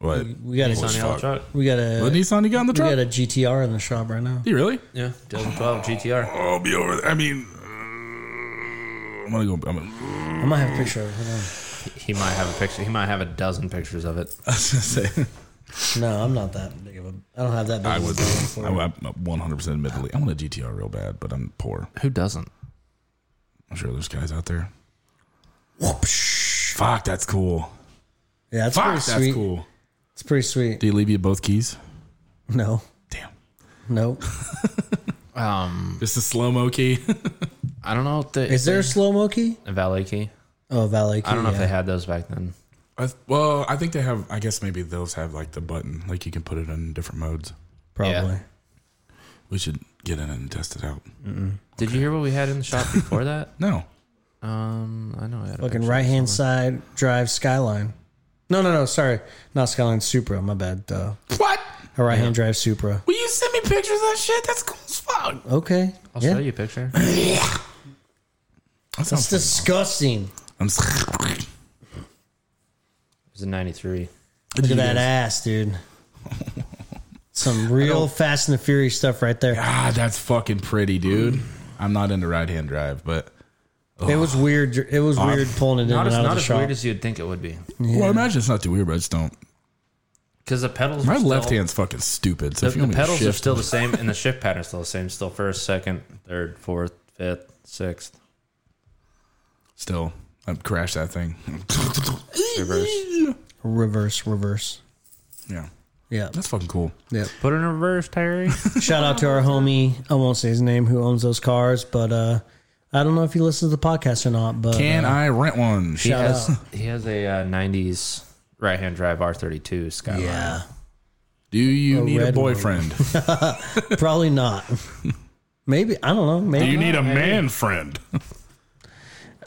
S1: What?
S2: We got
S3: Nissan
S2: a
S3: Yellow
S1: fuck.
S3: truck.
S2: we got a
S1: What Nissan you got in the
S2: we
S1: truck?
S2: got a GTR in the shop right now.
S1: you really?
S3: Yeah, 2012 GTR.
S1: I'll be over there. I mean, uh, I'm gonna go. I'm gonna, [laughs]
S2: I might have a picture of it. Hold
S3: He might have a picture. He might have a dozen pictures of it.
S1: I was gonna say
S2: on. No, I'm not that big of a. I don't have that big.
S1: I
S2: of a
S1: was.
S2: brain for
S1: I,
S2: it.
S1: am 100 percent admittedly. I want a GTR real bad, but I'm poor.
S3: Who doesn't?
S1: I'm sure there's guys out there. Fuck, that's cool.
S2: Yeah, it's
S1: Fuck,
S2: pretty
S1: that's
S2: sweet.
S1: cool.
S2: It's pretty sweet.
S1: Do you leave you both keys?
S2: No,
S1: Damn.
S2: no.
S3: [laughs] Um,
S1: Just a slow mo key. [laughs]
S3: I don't know. If the,
S2: Is there a slow mo key?
S3: a valet key?
S2: Oh, valet key.
S3: I don't know
S2: yeah.
S3: if they had those back then.
S1: I, well, I think they have. I guess maybe those have like the button, like you can put it in different modes.
S2: Probably.
S3: Yeah.
S1: We should get in and test it out.
S3: Did you hear what we had in the shop before that?
S1: No,
S3: Um, I know. I had a
S2: Fucking
S3: picture.
S2: right hand side drive Skyline. No, no, no. Sorry, not Skyline Supra. My bad. Duh.
S1: what?
S2: A right hand drive Supra.
S1: Will you send me pictures of that shit? That's cool as fuck.
S2: Okay.
S3: I'll
S2: yeah.
S3: show you a picture.
S1: That
S2: It's
S1: sounds.
S2: disgusting.
S1: I'm
S3: It's a '93.
S2: Look at that ass,
S3: [laughs]
S2: dude. Some real Fast and the Furious stuff right there.
S1: Ah, that's fucking pretty, dude. I'm not into right hand drive, but
S2: It was weird. It was weird pulling it in and
S3: Not as
S2: out of
S3: not
S2: the
S3: as
S2: shop.
S3: weird as you'd think it would be,
S1: well, I imagine it's not too weird, but I just don't.
S3: because the pedals.
S1: My
S3: are
S1: left
S3: still,
S1: hand's fucking stupid. So
S3: The,
S1: if you
S3: the
S1: want me to
S3: pedals are
S1: shift,
S3: still the same, and the shift pattern's still the same. Still first, second, third, fourth, fifth, sixth.
S1: still, I crash that thing. [laughs]
S3: Reverse.
S2: Reverse, reverse.
S1: yeah,
S2: Yeah.
S1: that's fucking cool.
S2: Yep.
S3: Put in reverse,
S1: [laughs]
S3: Terry.
S2: Shout out to our homie. I won't say his name who owns those cars, but uh I don't know if he listens to the podcast or not, but
S1: Can
S2: uh,
S1: I rent one?
S3: he
S2: Shout
S3: has he has a uh, '90s right-hand drive R32 Skyline.
S2: uh, yeah.
S1: Do you need a
S2: red one.
S1: boyfriend?
S3: [laughs]
S2: Probably not. Maybe I don't know. Maybe
S1: Do you need a man friend?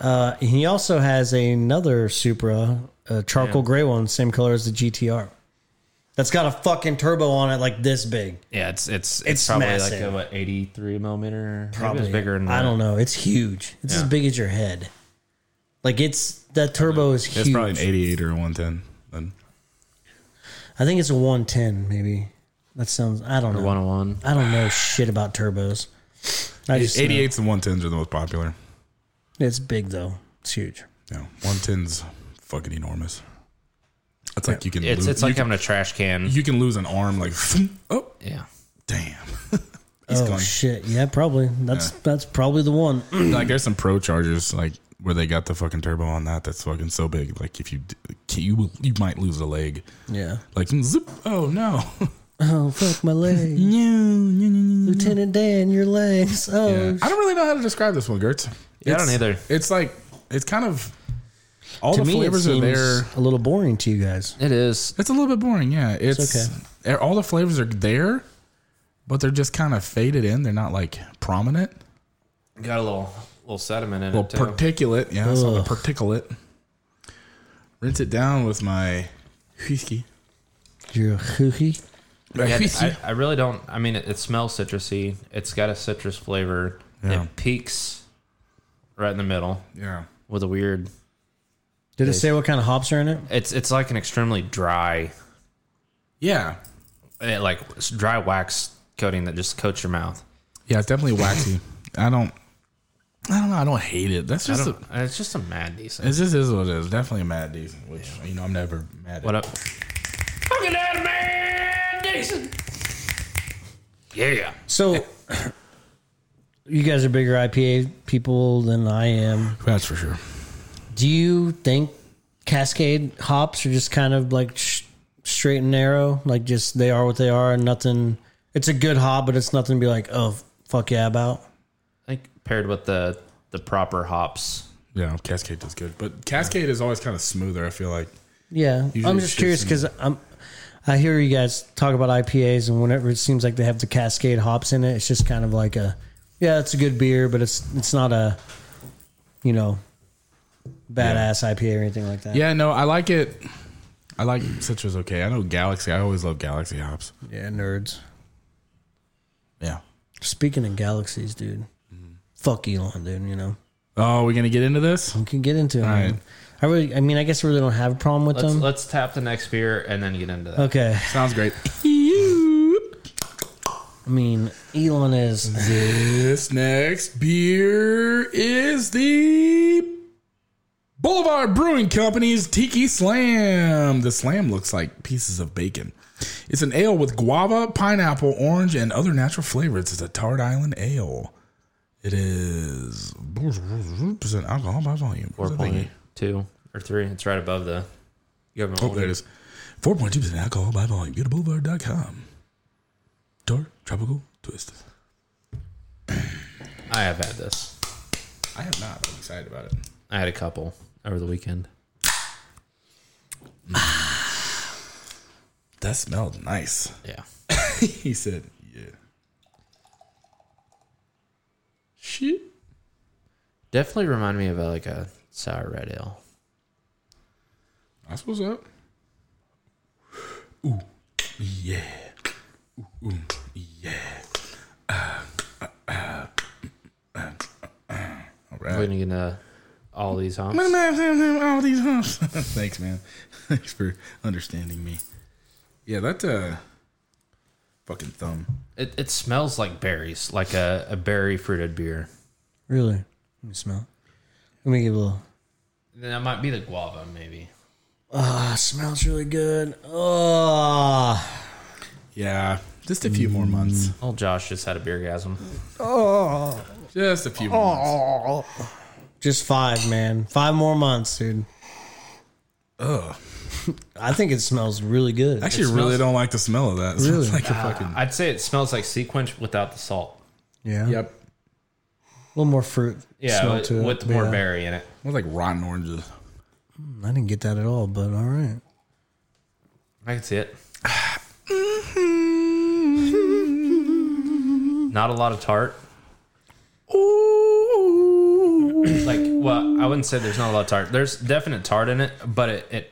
S2: uh, he also has another Supra, a charcoal gray one, same color as the GTR. That's got a fucking turbo on it like this big.
S3: Yeah, it's it's it's,
S2: It's
S3: probably like
S2: massive.
S3: a, what 83 millimeter. Probably
S2: Probably
S3: bigger than
S2: I
S3: that.
S2: don't know. It's huge. It's as
S3: Yeah.
S2: big as your head. Like it's that turbo is huge.
S1: It's probably
S3: [laughs]
S1: an 88 or a 110. Then
S2: I think it's a 110, maybe. That sounds. I don't know.
S3: 101.
S2: I don't know shit about turbos. I just 88.
S1: 88s and 110s are the most popular.
S2: It's big though. It's huge.
S1: Yeah, 110s fucking enormous. That's like you can
S3: It's
S1: lose,
S3: it's
S1: you
S3: like
S1: can,
S3: having a trash can.
S1: you can lose an arm like [laughs] oh
S3: Yeah. [clears throat]
S1: damn. He's
S2: oh
S1: gone.
S2: shit! Yeah, probably. That's that's probably
S1: [clears throat]
S2: the one.
S1: like there's some pro chargers like where they got the fucking turbo on that that's fucking so big like if you d- you will- you might lose a leg
S2: yeah.
S1: like zip oh no [laughs]
S2: Oh fuck my leg,
S1: Yeah, yeah, yeah, yeah.
S2: Lieutenant Dan, your legs. Oh,
S1: Yeah.
S2: sh-
S1: i don't really know how to describe this one gertz
S3: Yeah, I
S1: It's-
S3: don't either.
S1: it's like it's kind of all
S2: to
S1: the
S2: me
S1: flavors
S2: it seems
S1: are there
S2: a little boring to you guys.
S3: It is.
S1: it's a little bit boring yeah it's,
S2: okay.
S1: all the flavors are there but they're just kind of faded in. They're not like prominent.
S3: Got a little little sediment in
S1: Well,
S3: it too. [laughs]
S1: particulate. Yeah, I saw the
S2: Ugh.
S1: particulate. Rinse it down with my whiskey.
S2: You're a hookie.
S1: My
S3: Yeah,
S1: whiskey.
S3: I, I really don't. I mean, it, it smells citrusy. It's got a citrus flavor.
S1: Yeah.
S3: It peaks right in the middle
S1: yeah.
S3: with a weird.
S2: Did it say what kind of hops are in it?
S3: It's it's like an extremely dry,
S1: Yeah.
S3: eh, like s- dry wax coating that just coats your mouth.
S1: Yeah, it's definitely waxy. I don't I don't know, I don't hate it. That's
S3: I
S1: just
S3: don't- it's just a mad decent.
S1: it's just is what it is. Definitely mad decent, which you know I'm never mad at.
S3: What up? Look at that mad decent. Yeah.
S1: Eh.
S2: So, [clears throat] you guys are bigger IPA people than I am.
S1: That's for sure.
S2: Do you think Cascade hops are just kind of like sh- straight and narrow? Like, just they are what they are and nothing. It's a good hop, but it's nothing to be like, oh, fuck yeah, about.
S3: I think paired with the the proper hops.
S1: Yeah, Cascade does good. But Cascade is always kind of smoother, I feel like.
S2: Yeah,
S1: Usually
S2: I'm
S1: it's
S2: just curious
S1: just
S2: because I'm. I hear you guys talk about IPAs, and whenever it seems like they have the Cascade hops in it, it's just kind of like a, yeah, it's a good beer, but it's it's not a, you know, badass IPA or anything like that.
S1: Yeah, no, I like it. I like citrus okay. I know Galaxy. I always love Galaxy hops.
S2: yeah, nerds.
S1: Yeah.
S2: Speaking of galaxies, dude, fuck Elon, dude. You know,
S1: Oh, we're gonna get into this?
S2: we can get into it.
S1: right.
S2: man. I really, I mean, I guess I really don't have a problem with
S3: Let's
S2: them.
S3: let's tap the next beer and then get into that.
S2: okay,
S1: Sounds great.
S2: I mean, Elon is
S1: This next beer is the Boulevard Brewing Company's Tiki Slam. The slam looks like pieces of bacon. It's an ale with guava, pineapple, orange, and other natural flavors. It's a Tart Island ale. It is percent alcohol by volume.
S3: Four
S1: Where's that
S3: point
S1: thing?
S3: two or three. It's right above the government.
S1: Oh, there it
S3: order.
S1: is. 4.2% alcohol by volume. Go to boulevard.com. Tart Tropical Twist.
S3: I have had this.
S1: I have not. I'm excited about it.
S3: I had a couple over the weekend.
S1: That smelled nice. [laughs]
S3: Yeah.
S1: he said, "Yeah." Shit.
S3: Definitely remind me of uh, like a sour red ale.
S1: That's what's up. Ooh, yeah. Ooh, ooh, yeah. Uh, uh, uh, uh, uh, all
S3: We're
S1: right.
S3: gonna get into all these hops.
S1: All these humps. [laughs] Thanks, man. Thanks for understanding me. Yeah, that uh, fucking thumb.
S3: It, it smells like berries, like a, a berry fruited beer.
S2: really. Let me smell. Let me give a little.
S3: That might be the guava, maybe.
S2: Ah, smells really good. Oh.
S1: Yeah, just a few more months.
S3: Oh, Josh just had a beer gasm.
S1: Just a few. more months.
S3: Oh.
S2: Just five, man. Five more months, dude.
S1: Ugh.
S2: [laughs] I think it smells really good.
S1: Actually, really don't like the smell of that. [laughs] It smells
S2: Really?
S1: like a fucking.
S3: Uh, I'd say it smells like sequence without the salt.
S2: yeah.
S1: Yep.
S2: A little more fruit
S3: Yeah,
S2: smell
S3: with,
S2: to it.
S3: with more
S2: Yeah.
S3: berry in it.
S1: Smells like rotten oranges.
S2: I didn't get that at all, but all right.
S3: I can see
S1: [sighs]
S3: it. Not a lot of tart. like, well, I wouldn't say there's not a lot of tart. There's definite tart in it, but it, it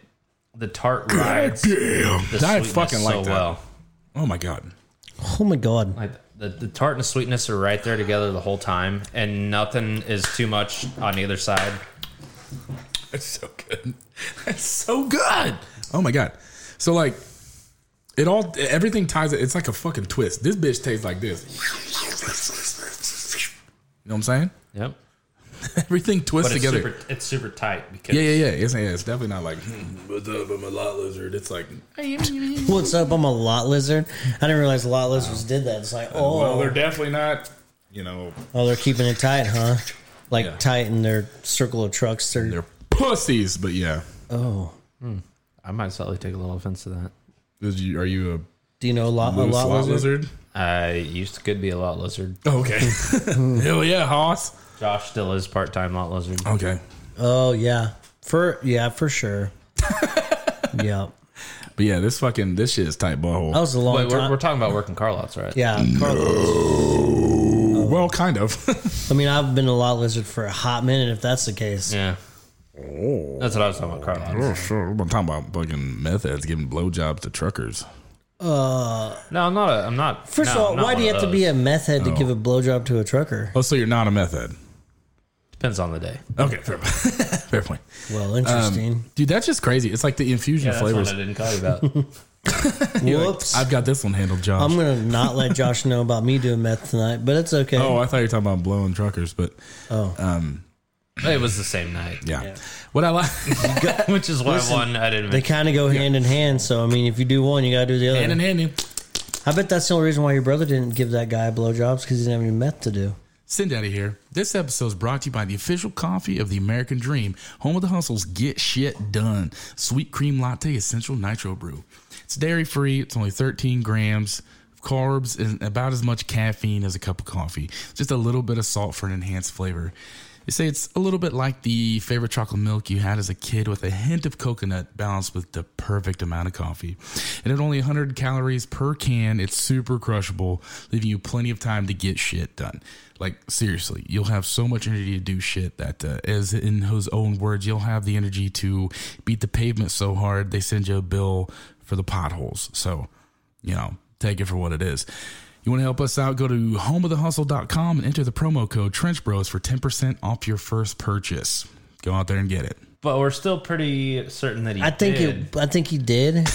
S3: the tart rides the
S1: Damn. I
S3: sweetness
S1: fucking like
S3: so
S1: that.
S3: well.
S1: Oh my god.
S2: Oh my god.
S3: Like the, the tart and the sweetness are right there together the whole time, and nothing is too much on either side.
S1: That's so good. That's so good. Oh my god. So like it all everything ties it. It's like a fucking twist. This bitch tastes like this. You know what I'm saying?
S3: Yep.
S1: Everything twists
S3: But it's
S1: together.
S3: super it's super tight because
S1: yeah, yeah, yeah. It's, yeah. it's definitely not like "Hmm, what's up, I'm a lot lizard. It's like
S2: What's up? I'm a lot lizard. I didn't realize a lot lizards did that. It's like, oh,
S1: well, they're definitely not. You know,
S2: oh, they're keeping it tight, huh? Like
S1: Yeah.
S2: tight in their circle of trucks. They're,
S1: they're pussies. But yeah,
S2: oh,
S3: I might slightly take a little offense to that.
S1: Is you- are you a
S2: do you know a lot, a
S1: Moose
S2: lot
S1: lot
S2: lizard?
S1: lizard?
S3: I used to could be a lot lizard.
S1: Oh, okay. Hell yeah, Hoss.
S3: Josh still is part time lot lizard.
S1: Okay.
S3: [laughs]
S2: Oh yeah, for yeah for sure. yep.
S1: But yeah, this fucking this shit is tight butthole.
S2: That was a long
S3: Wait, we're,
S2: time.
S3: we're talking about working car lots, right?
S2: yeah, Carlos.
S1: well, kind of. [laughs]
S2: I mean, I've been a lot lizard for a hot minute. If that's the case,
S3: Yeah. That's what I was talking about, car lots.
S1: Oh, sure. I'm talking about fucking meth heads giving blowjobs to truckers.
S3: No, I'm not. A, I'm not.
S2: first
S3: no,
S2: of
S3: I'm
S2: all,
S3: not
S2: why do
S3: one
S2: you
S3: of
S2: have to be
S3: those.
S2: a meth head to give a blowjob to a trucker?
S1: Oh, so you're not a meth head?
S3: Depends on the day.
S1: Okay, fair point. [laughs] fair point.
S3: Um,
S2: Well, interesting.
S1: Dude, that's just crazy. It's like the infusion
S3: that's
S1: flavors.
S3: what I didn't call you
S2: [laughs]
S3: about.
S2: Whoops.
S1: I've got this one handled, Josh.
S2: I'm gonna not let Josh know about me doing meth tonight, but it's okay. Oh.
S1: oh, I thought you were talking about blowing truckers, but
S3: it was the same night.
S1: yeah. What I like, [laughs]
S3: [laughs] Which is why one I didn't.
S2: they
S3: Make.
S2: kind of go hand in hand. So I mean, if you do one, you gotta do the other.
S1: hand in hand, dude.
S2: I bet that's the only reason why your brother didn't give that guy blowjobs because he didn't have any meth to do.
S1: Send out of here. This episode is brought to you by the official coffee of the American Dream, home of the hustles. Get shit done. Sweet cream latte essential nitro brew. It's dairy free. It's only 13 grams of carbs and about as much caffeine as a cup of coffee. Just a little bit of salt for an enhanced flavor. They say it's a little bit like the favorite chocolate milk you had as a kid with a hint of coconut balanced with the perfect amount of coffee. And at only 100 calories per can, it's super crushable, leaving you plenty of time to get shit done. Like, seriously, you'll have so much energy to do shit that, uh, as in his own words, you'll have the energy to beat the pavement so hard they send you a bill for the potholes. So, you know, take it for what it is. You want to help us out? Go to homeofthehustle.com and enter the promo code Trench Bros for 10% off your first purchase. Go out there and get it.
S3: But we're still pretty certain that he.
S2: I think
S3: did.
S2: it. I think he did.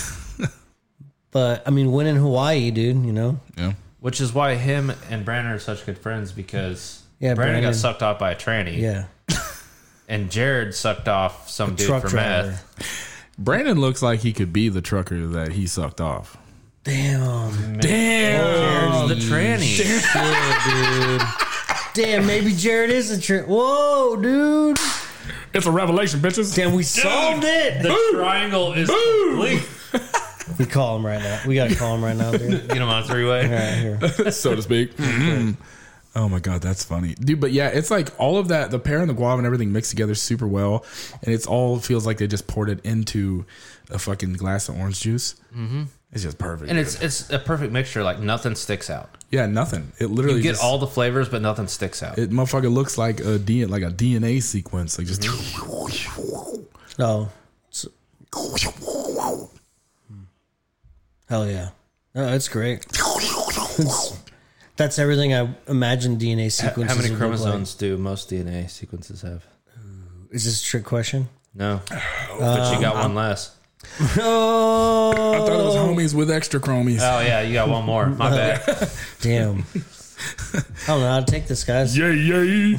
S2: but I mean, when in Hawaii, dude, you know,
S1: Yeah.
S3: Which is why him and Brandon are such good friends because
S2: Yeah,
S3: Brandon,
S2: Brandon-
S3: got sucked off by a tranny.
S2: yeah,
S3: And Jared sucked off some dude
S2: truck
S3: for
S2: driver.
S3: meth.
S1: Brandon looks like he could be the trucker that he sucked off.
S2: Damn,
S3: Oh,
S1: Damn.
S3: the tranny.
S2: dude. Damn, maybe Jared is a trick. Whoa, dude.
S1: It's a revelation, bitches.
S2: Damn, we solved it.
S3: The triangle is complete.
S2: We call him right now. We gotta call him right now, dude.
S3: Get him on a three way.
S2: Right
S1: [laughs]
S2: here.
S1: so to speak. Oh my god, that's funny, dude! But yeah, it's like all of that—the pear and the guava and everything mixed together super well, and it's all feels like they just poured it into a fucking glass of orange juice. Mm-hmm. It's just perfect,
S3: And it's it's a perfect mixture. Like nothing sticks out.
S1: yeah, nothing. It literally
S3: You get
S1: just-
S3: all the flavors, but nothing sticks out.
S1: It motherfucker looks like a D, like a DNA sequence, like just.
S3: Mm-hmm.
S2: Oh, s- hell yeah. No, that's great. That's everything I imagine DNA sequences.
S3: How many
S2: would look like.
S3: chromosomes do most DNA sequences have?
S2: Is this a trick
S3: [laughs]
S2: question? [sighs]
S3: No, but you got one less.
S2: Oh,
S1: I thought it was homies with extra chromies.
S3: Oh yeah, you got one more.
S2: [laughs]
S3: My bad. [laughs]
S2: damn. I don't know how to take this, guys.
S1: yeah, yeah.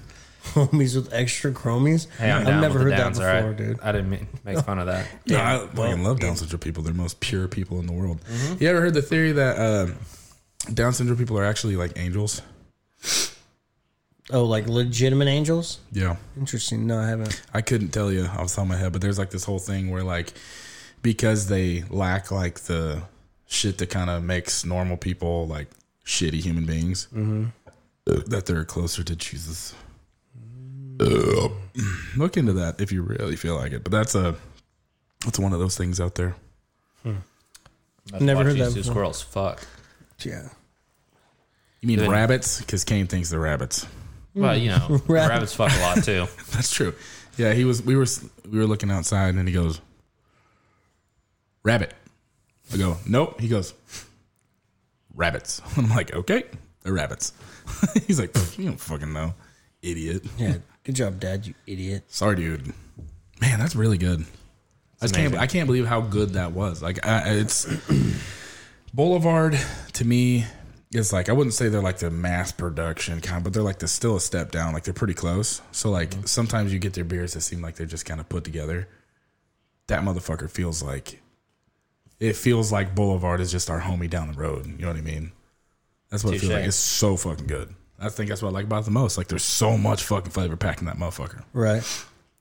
S2: [laughs] Homies with extra chromies.
S3: Hey, I'm
S2: I've
S3: down
S2: never
S3: with
S2: heard
S3: the downs,
S2: that
S3: all right?
S2: before, dude.
S3: I didn't mean, make fun
S2: [laughs]
S3: of that.
S1: No, I fucking love Down syndrome people. They're the most pure people in the world.
S3: Mm-hmm.
S1: You ever heard the theory that uh, Down syndrome people are actually like angels?
S2: Oh, like legitimate angels?
S1: Yeah.
S2: Interesting. No, I haven't.
S1: I couldn't tell you off the top of my head, but there's like this whole thing where like because they lack like the shit that kind of makes normal people like shitty human beings, that they're closer to Jesus. Ugh. Look into that if you really feel like it, but that's a that's one of those things out there.
S3: I've
S2: Never heard that
S3: Two
S2: before.
S3: squirrels. Fuck.
S2: Yeah.
S1: You mean rabbits? Because Cain thinks they're rabbits.
S2: Mm.
S3: Well,
S2: [laughs]
S3: you know, rabbits fuck a lot too.
S1: [laughs] That's true. Yeah, he was. We were we were looking outside, and he goes, "Rabbit." I go, "Nope." He goes, "Rabbits." [laughs] I'm like, "Okay, they're rabbits." [laughs] He's like, "Pff, "You don't fucking know, idiot."
S2: Yeah. Good job, Dad. You idiot.
S1: Sorry, dude. Man, that's really good. I just can't. I can't believe how good that was. Like, I, it's [clears throat] Boulevard to me. is like I wouldn't say they're like the mass production kind, but they're like the still a step down. Like they're pretty close. So like sometimes you get their beers that seem like they're just kind of put together. That motherfucker feels like it feels like Boulevard is just our homie down the road. You know what I mean? That's what it feels
S3: Touche.
S1: like. It's so fucking good. I think that's what I like about it the most. Like there's so much fucking flavor packed in that motherfucker.
S2: Right.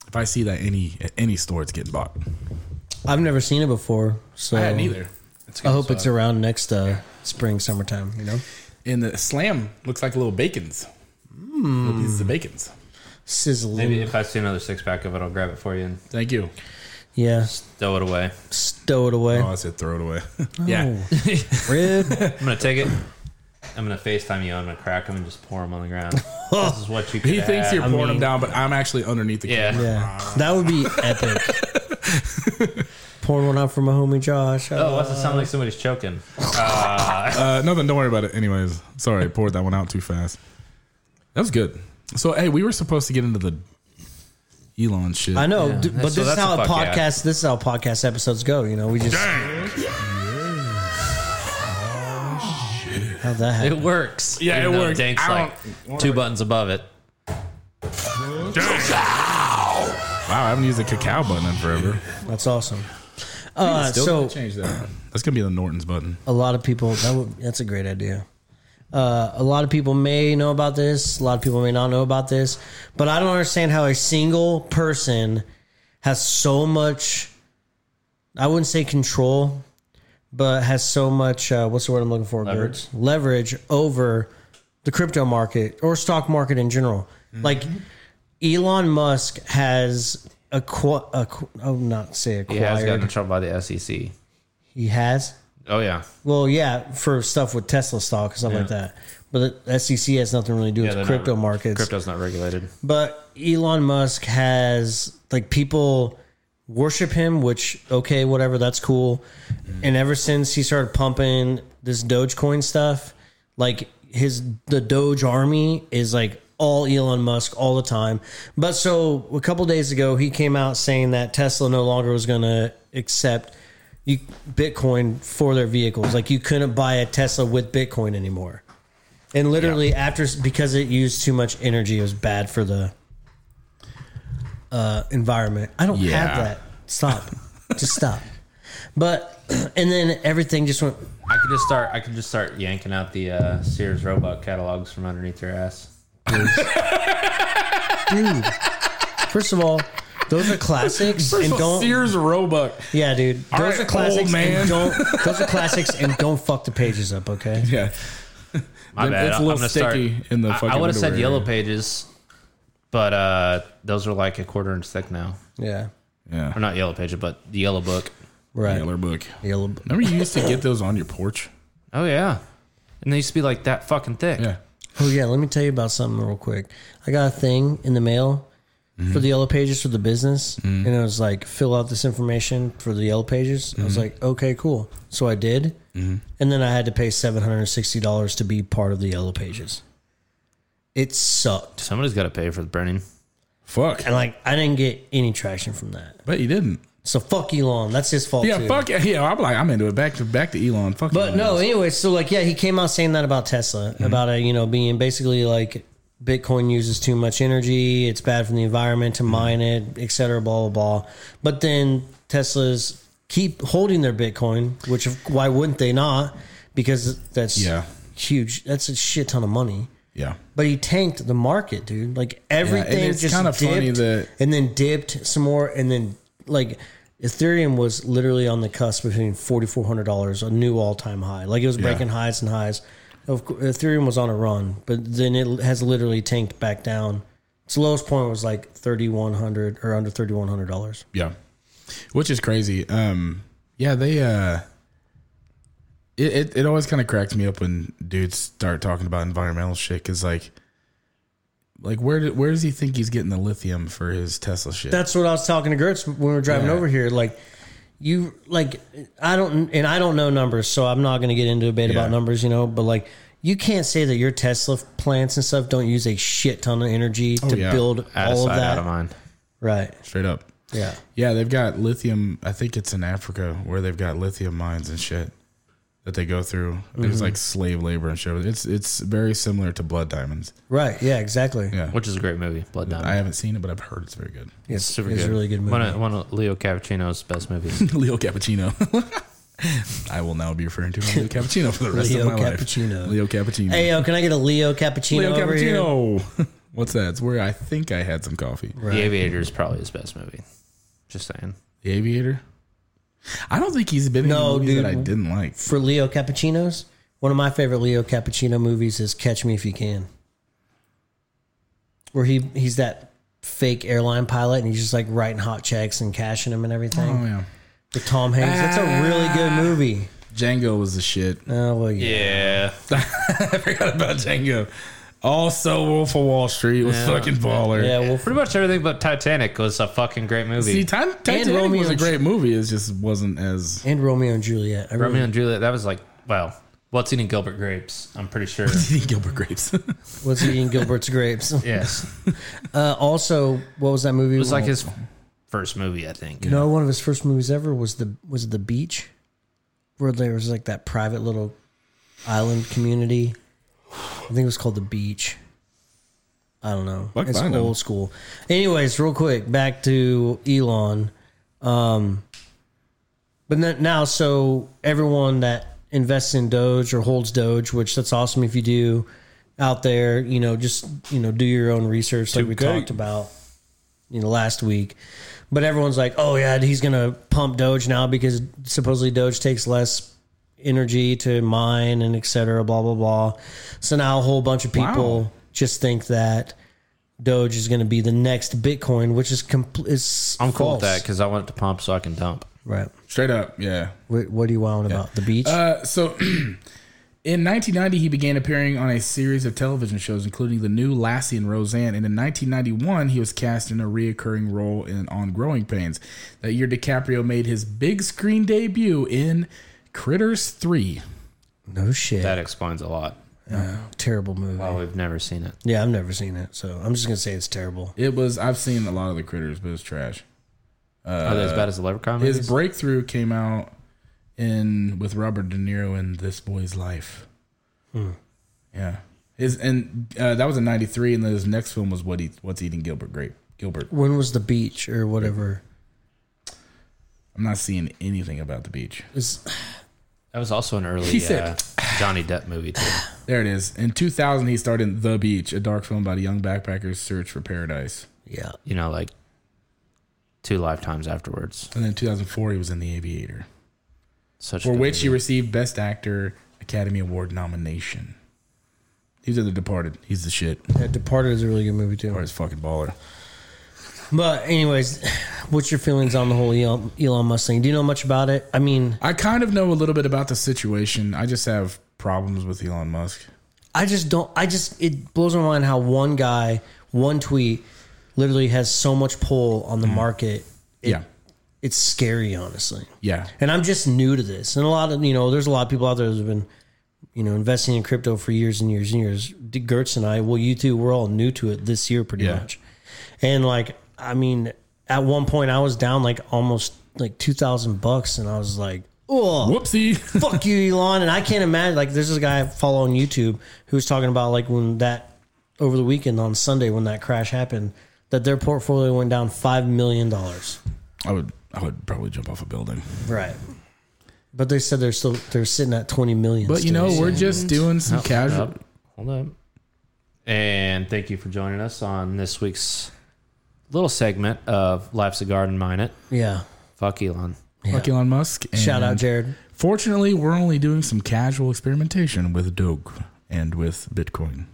S1: If I see that any at any store, it's getting bought.
S2: I've never seen it before. So
S3: It's
S2: I hope it's around next uh, spring, summertime. You know,
S1: And the slam looks like little bacon's.
S3: Hmm.
S1: Little pieces of bacon's.
S2: sizzling.
S3: Maybe if I see another six pack of it, I'll grab it for you. And
S1: Thank you.
S2: Yeah.
S3: Throw it away.
S2: Stow it away.
S1: Oh, I said throw it [laughs] away.
S3: Yeah.
S2: Rude.
S3: I'm going to take it. I'm going to FaceTime you. I'm going to crack them and just pour them on the ground. [laughs] this is what you could
S1: he thinks
S3: have.
S1: you're
S3: I
S1: pouring him
S3: mean,
S1: down, but I'm actually underneath the
S3: Yeah.
S1: camera.
S2: [laughs] yeah. That would be epic. [laughs] Pouring one out for my homie Josh.
S3: Oh, what's it sound like somebody's choking?
S1: Uh, nothing. Don't worry about it. Anyways, sorry, I poured that one out too fast. That was good. So hey, we were supposed to get into the Elon shit.
S2: I know, d- but
S3: so
S2: this is
S3: that's
S2: how
S3: a
S2: a
S3: fuck
S2: podcast.
S3: yeah.
S2: This is how podcast episodes go. You know, we just. How'd that happen?
S3: It works.
S1: Yeah,
S3: Even
S1: it
S3: though
S1: works.
S3: Dank's
S1: I
S3: like two buttons above it.
S1: Wow, I haven't used the cacao button in forever.
S2: That's awesome. Uh, so
S1: change that. That's gonna be the Norton's button.
S2: a lot of people that would, that's a great idea. Uh, a lot of people may know about this. A lot of people may not know about this, but I don't understand how a single person has so much. I wouldn't say control, but has so much. Uh, what's the word I'm looking for? Leverage. Leverage over the crypto market or stock market in general.
S3: Mm-hmm.
S2: Like Elon Musk has acqu- acqu- oh, not say
S3: He has gotten in
S2: acquired.
S3: trouble by the E SEC.
S2: He has.
S3: Oh, yeah.
S2: Well, yeah, for stuff with Tesla stock and stuff like that. But the SEC has nothing really to do
S3: they're
S2: with
S3: not-
S2: crypto markets.
S3: Crypto's not regulated.
S2: But Elon Musk has like people worship him, which okay, whatever, that's cool. And ever since he started pumping this Dogecoin stuff, like his the Doge army is like all Elon Musk all the time. But so a couple days ago, he came out saying that Tesla no longer was going to accept you Bitcoin for their vehicles. Like you couldn't buy a Tesla with Bitcoin anymore. And literally after because it used too much energy, it was bad for the uh, environment. I don't
S1: Yeah.
S2: have that. Stop. just stop. But [clears throat] and then everything just went.
S3: I could just start. I could just start yanking out the uh, Sears robot catalogs from underneath your ass.
S2: Dude, first of all, those are classics, and don't.
S1: Sears Roebuck.
S2: Yeah, dude, those
S1: right,
S2: are classics.
S1: old man.
S2: And don't
S1: [laughs]
S2: those are classics, and don't fuck the pages up, okay?
S1: Yeah,
S3: My
S1: Then
S3: bad.
S1: it's a little
S3: I'm gonna
S1: sticky
S3: start,
S1: in the
S3: I- I,
S1: fucking
S3: would have said
S1: underwear,
S3: yellow
S1: yeah.
S3: pages, but uh, those are like a quarter inch thick now.
S2: Yeah,
S3: Or
S1: yeah.
S3: not yellow pages, but the yellow book.
S2: right.
S1: Yellow book.
S2: Yellow-
S1: Remember, you used to get those on your porch.
S3: Oh yeah, and they used to be like that fucking thick.
S1: Yeah.
S2: Oh yeah, let me tell you about something real quick. I got a thing in the mail for the yellow pages for the business,
S1: Mm-hmm.
S2: and it was like fill out this information for the yellow pages. I
S1: Mm-hmm.
S2: was like, okay, cool. So I did, and then I had to pay seven hundred and sixty dollars to be part of the yellow pages. It sucked,
S3: Somebody's got to pay for the printing.
S1: Fuck.
S2: and like I didn't get any traction from that.
S1: But you didn't.
S2: So fuck Elon, that's his fault.
S1: Yeah.
S2: too.
S1: Fuck. it. Yeah. I'm like, I'm into it. Back to back to Elon. Fuck.
S2: But
S1: Elon.
S2: no, anyway, so like, yeah, he came out saying that about Tesla, about it, you know, being basically like Bitcoin uses too much energy, it's bad for the environment to mine it, et cetera, blah, blah, blah. But then Teslas keep holding their Bitcoin, which why wouldn't they not? Because that's
S1: Yeah.
S2: huge. That's a shit ton of money.
S1: Yeah.
S2: But he tanked the market, dude. Like everything
S1: it's
S2: just
S1: kinda
S2: dipped
S1: funny that-
S2: and then dipped some more, and then like Ethereum was literally on the cusp between forty four hundred dollars, a new all time high. Like it was breaking highs and highs. Of course, Ethereum was on a run, but then it has literally tanked back down. Its lowest point was like thirty one hundred or under thirty one hundred dollars.
S1: Yeah. Which is crazy. Um yeah, they uh it it, it always kind of cracks me up when dudes start talking about environmental shit cuz like like where did, where does he think he's getting the lithium for his Tesla shit?
S2: That's what I was talking to Gertz when we were driving
S1: Yeah.
S2: over here. Like you like I don't and I don't know numbers, so I'm not gonna get into a debate
S1: Yeah.
S2: about numbers, you know, but like you can't say that your Tesla plants and stuff don't use a shit ton of energy to
S1: Oh, yeah.
S2: build
S3: Out of
S2: all of
S3: sight, out of
S2: that.
S3: mind.
S2: Right.
S1: Straight up.
S2: Yeah.
S1: Yeah, they've got lithium. I think it's in Africa where they've got lithium mines and shit that they go through.
S2: Mm-hmm.
S1: It's like slave labor and shit. It's it's very similar to blood diamonds.
S2: Right. Yeah, exactly.
S1: Yeah.
S3: Which is a great movie, Blood Diamond.
S1: I haven't seen it, but I've heard it's very
S2: [laughs]
S1: good.
S2: It's,
S3: Super
S2: it's
S3: good.
S2: a really good movie.
S3: One of, one of Leo Cappuccino's best
S2: [laughs]
S3: movies.
S1: Leo Cappuccino. [laughs] I will now be referring to him as Leo Cappuccino for the rest
S2: Leo
S1: of my
S2: Cappuccino.
S1: life. Leo Cappuccino.
S2: hey yo, can I get a Leo cappuccino
S1: Leo
S2: over here?
S1: Cappuccino. [laughs] What's that? It's where I think I had some coffee.
S3: The Aviator is probably his best movie. Just saying.
S1: The Aviator. I don't think he's been in
S2: No,
S1: a movie that I
S2: dude.
S1: didn't like.
S2: For Leo cappuccinos, one of my favorite Leo cappuccino movies is Catch Me If You Can. Where he he's that fake airline pilot and he's just like writing hot checks and cashing them and everything.
S3: Mm.
S1: Oh yeah,
S2: With Tom Hanks, that's a really good movie.
S1: Django was the shit.
S3: Ah.
S2: Oh well, yeah.
S3: Yeah.
S1: I forgot about Django. Also, Wolf of Wall Street was fucking baller.
S2: Yeah, well,
S3: Pretty much everything but Titanic was a fucking great movie.
S1: See, Ti- Titanic
S2: Romeo
S1: was a
S2: and-
S1: great movie. It just wasn't as
S2: and Romeo and Juliet. I
S3: Romeo
S2: really,
S3: and Juliet, that was like, well, what's eating Gilbert Grapes? I'm
S2: [laughs]
S3: pretty sure.
S1: [laughs] Gilbert [laughs] Grapes.
S2: was
S3: [laughs]
S2: eating Gilbert's grapes.
S3: yes.
S2: Uh, also, what was that movie?
S3: It was like his first movie, I think.
S2: no one of his first movies ever was the was the beach, where there was like that private little island community. I think it was called the beach. I don't know.
S1: Fuck
S2: it's
S1: if I
S2: old
S1: know.
S2: school. Anyways, real quick, back to Elon. Um, but no- now, so everyone that invests in Doge or holds Doge, which that's awesome if you do out there, you know, just you know, do your own research like we
S1: 2K.
S2: talked about, you know, last week. But everyone's like, oh yeah, he's gonna pump Doge now because supposedly Doge takes less energy to mine and et cetera, blah blah blah. So now a whole bunch of people just think that Doge is going to be the next Bitcoin, which is complete. Is
S3: I'm cool
S2: false.
S3: with that because I want it to pump so I can dump.
S2: Right.
S1: Straight up, yeah.
S2: What, what are you wowing about? The beach?
S1: Uh, so, [clears throat] in 1990, he began appearing on a series of television shows, including The New Lassie and Roseanne. And in 1991, he was cast in a reoccurring role in On Growing Pains. That year, DiCaprio made his big screen debut in Critters 3.
S2: no shit.
S3: That explains a lot.
S2: terrible movie.
S3: Well, we've never seen it.
S2: Yeah, I've never seen it, so I'm just gonna say it's terrible.
S1: It was I've seen a lot of the critters, but it's trash.
S2: Uh,
S3: Are they as bad as the Leprechaun
S1: His
S3: movies?
S1: breakthrough came out in with Robert De Niro in This Boy's Life. Yeah, his and uh, that was in '93, and then his next film was What Eat, What's Eating Gilbert Grape Gilbert.
S2: When was the beach or whatever?
S1: I'm not seeing anything about the beach.
S2: Is
S3: that was also an early
S1: He said-
S3: uh, Johnny Depp movie, too.
S1: There it is. In 2000, he starred in The Beach, a dark film about a young backpacker's search for paradise.
S2: yeah.
S3: You know, like two lifetimes afterwards.
S1: And then in 2004, he was in The Aviator,
S3: Such a
S1: for
S3: good
S1: which
S3: movie.
S1: he received Best Actor Academy Award nomination. He was in The Departed. He's the shit.
S2: yeah. Departed is a really good movie too.
S1: Or his fucking baller.
S2: But anyways, what's your feelings on the whole Elon, Elon Musk thing? Do you know much about it? I mean,
S1: I kind of know a little bit about the situation. I just have problems with Elon Musk.
S2: I just don't. I just it blows my mind how one guy, one tweet, literally has so much pull on
S1: Mm.
S2: the market. It-
S1: yeah.
S2: it's scary, honestly.
S1: Yeah.
S2: and I'm just new to this. And a lot of you know, there's a lot of people out there that've been, you know, investing in crypto for years and years and years. D- Gertz and I, well, you two, we're all new to it this year, pretty
S1: Yeah.
S2: much. And like, I mean, at one point, I was down like almost like two thousand bucks, and I was like, oh,
S1: Whoopsie. [laughs]
S2: [laughs] fuck you, Elon. And I can't imagine, like, there's this guy I follow on YouTube who was talking about, like, when that over the weekend on Sunday when that crash happened, that their portfolio went down $5 million.
S1: I would I would probably jump off a building.
S2: Right. But they said they're still, they're sitting at 20 million.
S1: But you know,
S2: still.
S1: we're just doing
S2: Oh,
S1: some casual
S3: Hold up. Oh, Hold up. And thank you for joining us on this week's little segment of Life's a Garden Mine It.
S2: yeah.
S3: Fuck Elon.
S1: Fuck Elon Musk. And
S2: Shout out, Jared.
S1: Fortunately, we're only doing some casual experimentation with Doge and with Bitcoin.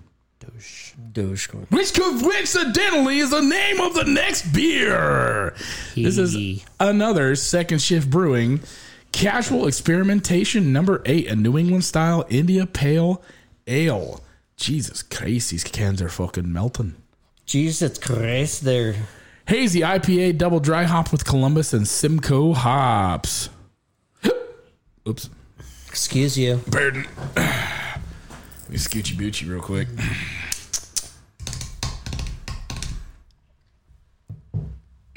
S2: Dogecoin.
S1: Which coincidentally is the name of the next beer. This is
S3: Hee.
S1: another second shift brewing casual experimentation number eight, a New England style India pale ale. Jesus Christ, these cans are fucking melting.
S2: Jesus Christ, they're
S1: Hazy IPA double dry hop with Columbus and Simcoe hops. [gasps] Oops.
S2: Excuse you.
S1: Pardon. Let me scoochie boochie real quick.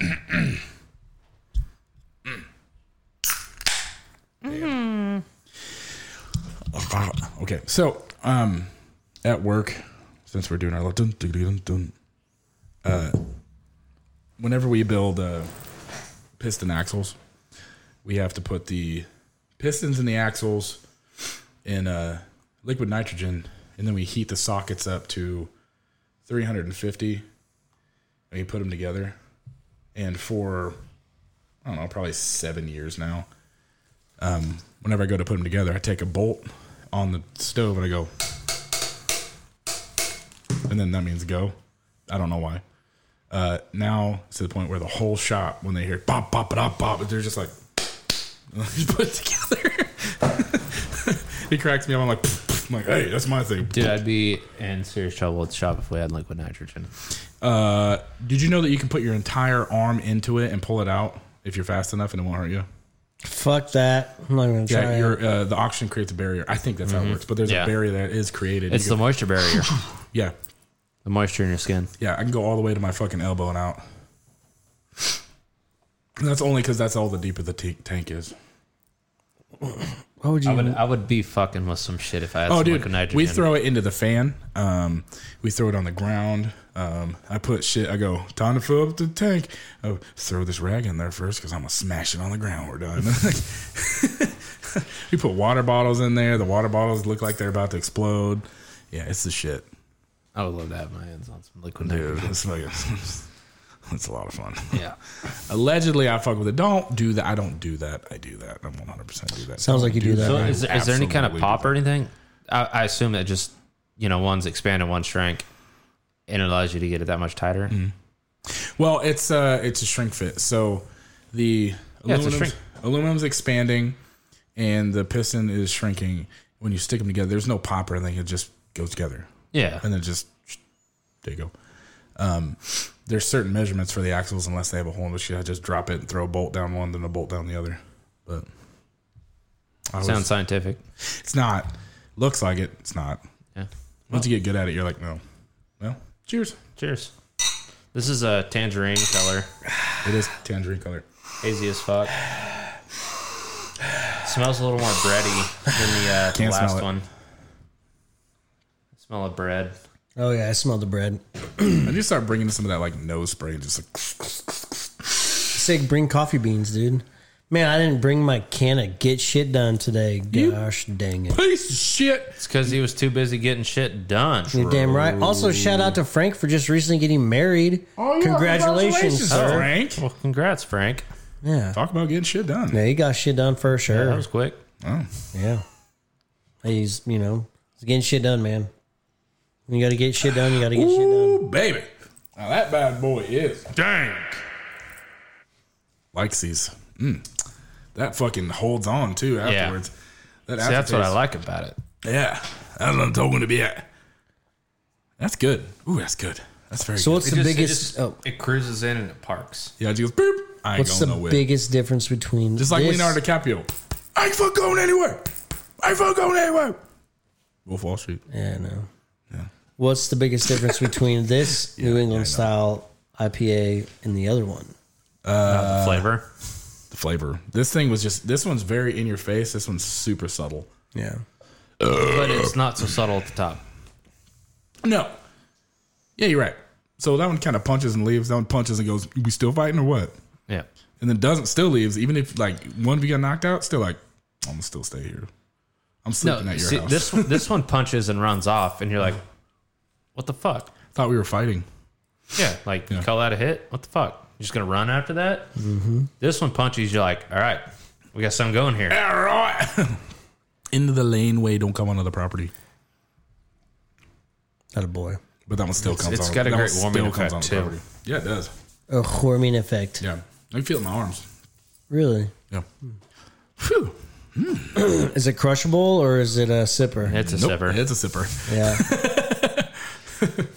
S1: Mm-hmm. Uh, Okay, so um, at work, since we're doing our little dun, dun, dun, dun, uh, whenever we build uh, piston axles, we have to put the pistons in the axles in uh, liquid nitrogen, and then we heat the sockets up to 350, and we put them together. And for I don't know, probably seven years now, um, whenever I go to put them together, I take a bolt on the stove and I go, and then that means go. I don't know why. Uh, now it's to the point where the whole shop, when they hear pop, pop, it up, pop, they're just like, [laughs] put it together. [laughs] he cracks me up. I'm like, [laughs] I'm like, hey, that's my thing.
S3: Dude, I'd be in serious trouble with the shop if we had liquid nitrogen.
S1: Uh, did you know that you can put your entire arm into it and pull it out if you're fast enough and it won't hurt you?
S2: Fuck that. I'm not gonna try.
S1: Yeah,
S2: it.
S1: your uh, the oxygen creates a barrier. I think that's how it works. But there's
S3: Yeah.
S1: a barrier that is created. You
S3: It's the
S1: go-
S3: moisture barrier,
S1: yeah,
S3: the moisture in your skin.
S1: yeah. I can go all the way to my fucking elbow and out. And that's only because that's all the deep of the t- tank is.
S2: Why would you?
S3: I would, I would be fucking with some shit if I had
S1: Oh,
S3: some
S1: dude,
S3: liquid nitrogen.
S1: we throw it into the fan. Um, we throw it on the ground. Um, I put shit. I go time to fill up the tank. Oh, throw this rag in there first because I'm gonna smash it on the ground. We're done. [laughs] we put water bottles in there. The water bottles look like they're about to explode. Yeah, it's the shit,
S3: I would love to have my hands on some liquid
S1: dude.
S3: nitrogen.
S1: It's like [laughs] it's a lot of fun.
S3: Yeah.
S1: Allegedly, I fuck with it. Don't do that. I don't do that. I do that. I 100 percent do that.
S2: Sounds like you do that.
S3: So
S2: right?
S3: is, is there any kind of
S1: Absolutely.
S3: pop or anything? I, I assume that just you know one's expanded, one shrank, and it allows you to get it that much tighter.
S1: Mm-hmm. Well, it's uh it's a shrink fit. So the
S3: Yeah, it's a
S1: aluminum's,
S3: shrink.
S1: aluminum's expanding and the piston is shrinking. When you stick them together, there's no pop or anything. It just goes together.
S3: Yeah,
S1: And then just there you go. Um, there's certain measurements for the axles unless they have a hole in which you just drop it and throw a bolt down one, then a bolt down the other. But I was-
S3: sounds scientific.
S1: it's not. Looks like it. It's not.
S3: Yeah.
S1: Once you get good at it, you're like, no. Well, cheers.
S3: Cheers. This is a tangerine color,
S1: It is tangerine color. [clears throat]
S3: hazy as fuck. smells a little more bready than the, uh, the
S1: Can't smell
S3: last
S1: it.
S3: one. smell of bread.
S2: oh yeah, I smell the bread.
S1: I just start bringing some of that like nose spray and just like
S2: Sig, bring coffee beans, dude. Man, I didn't bring my can of get shit done today. Gosh dang it.
S1: piece of shit.
S3: It's because he was too busy getting shit done.
S2: You're damn right. Also, shout out to Frank for just recently getting married.
S1: Oh,
S2: congratulations, sir.
S1: Frank.
S3: Well, congrats, Frank.
S2: Yeah.
S1: Talk about getting shit done.
S2: Yeah, he got shit done for sure.
S3: That was quick.
S2: Yeah. He's, you know, he's getting shit done, man. You got to get shit done. You got to get shit done.
S1: Ooh, baby. Now that bad boy is dank. Likes these. Mm. That fucking holds on too afterwards. That
S3: See, that's what I
S1: aftertaste-
S3: like about it.
S1: Yeah. That's what I'm talking to be at. That's good. Ooh, that's good. That's very
S2: So,
S1: good.
S2: what's the biggest? oh,
S3: it cruises in and it parks.
S1: Yeah, she goes, boop. I ain't
S2: what's
S1: going
S2: the
S1: nowhere.
S2: biggest difference between
S1: Just like
S2: this-
S1: Leonardo DiCaprio. I ain't fuck going anywhere. I ain't fuck going anywhere. Wolf Wall Street.
S2: Yeah, no. What's the biggest difference
S1: [laughs]
S2: between this New England style IPA and the other one?
S3: flavor.
S1: The flavor. This thing was just. This one's very in your face. This one's super subtle.
S2: Yeah.
S3: But it's not so subtle at the top.
S1: No. Yeah, you're right. So that one kind of punches and leaves. That one punches and goes. We still fighting or what?
S3: Yeah.
S1: And then doesn't still leaves. Even if like one of you got knocked out, still like I'm gonna still stay here. I'm
S3: No,
S1: sleeping at your
S3: see,
S1: house.
S3: this one- this one punches and runs off, and you're like, "What the fuck?"
S1: Thought we were fighting.
S3: Yeah, like you call that a hit? What the fuck? You're just gonna run after that? Mm-hmm. This one punches. You're like, "All right, we got something going here."
S1: All right. [laughs] Into the laneway. Don't come onto the property.
S2: Not a boy.
S1: But that one still comes.
S3: it's
S1: on,
S3: got a
S1: that one
S3: great
S1: still
S3: warming
S1: comes
S3: effect,
S1: on the
S3: too.
S1: property. Yeah, it does.
S2: A hormone effect.
S1: Yeah, I can feel it in my arms.
S2: Really?
S1: Yeah. Phew.
S2: Is it crushable or is it a sipper?
S3: It's a
S1: Nope,
S3: sipper
S1: It's a sipper. [laughs]
S2: Yeah.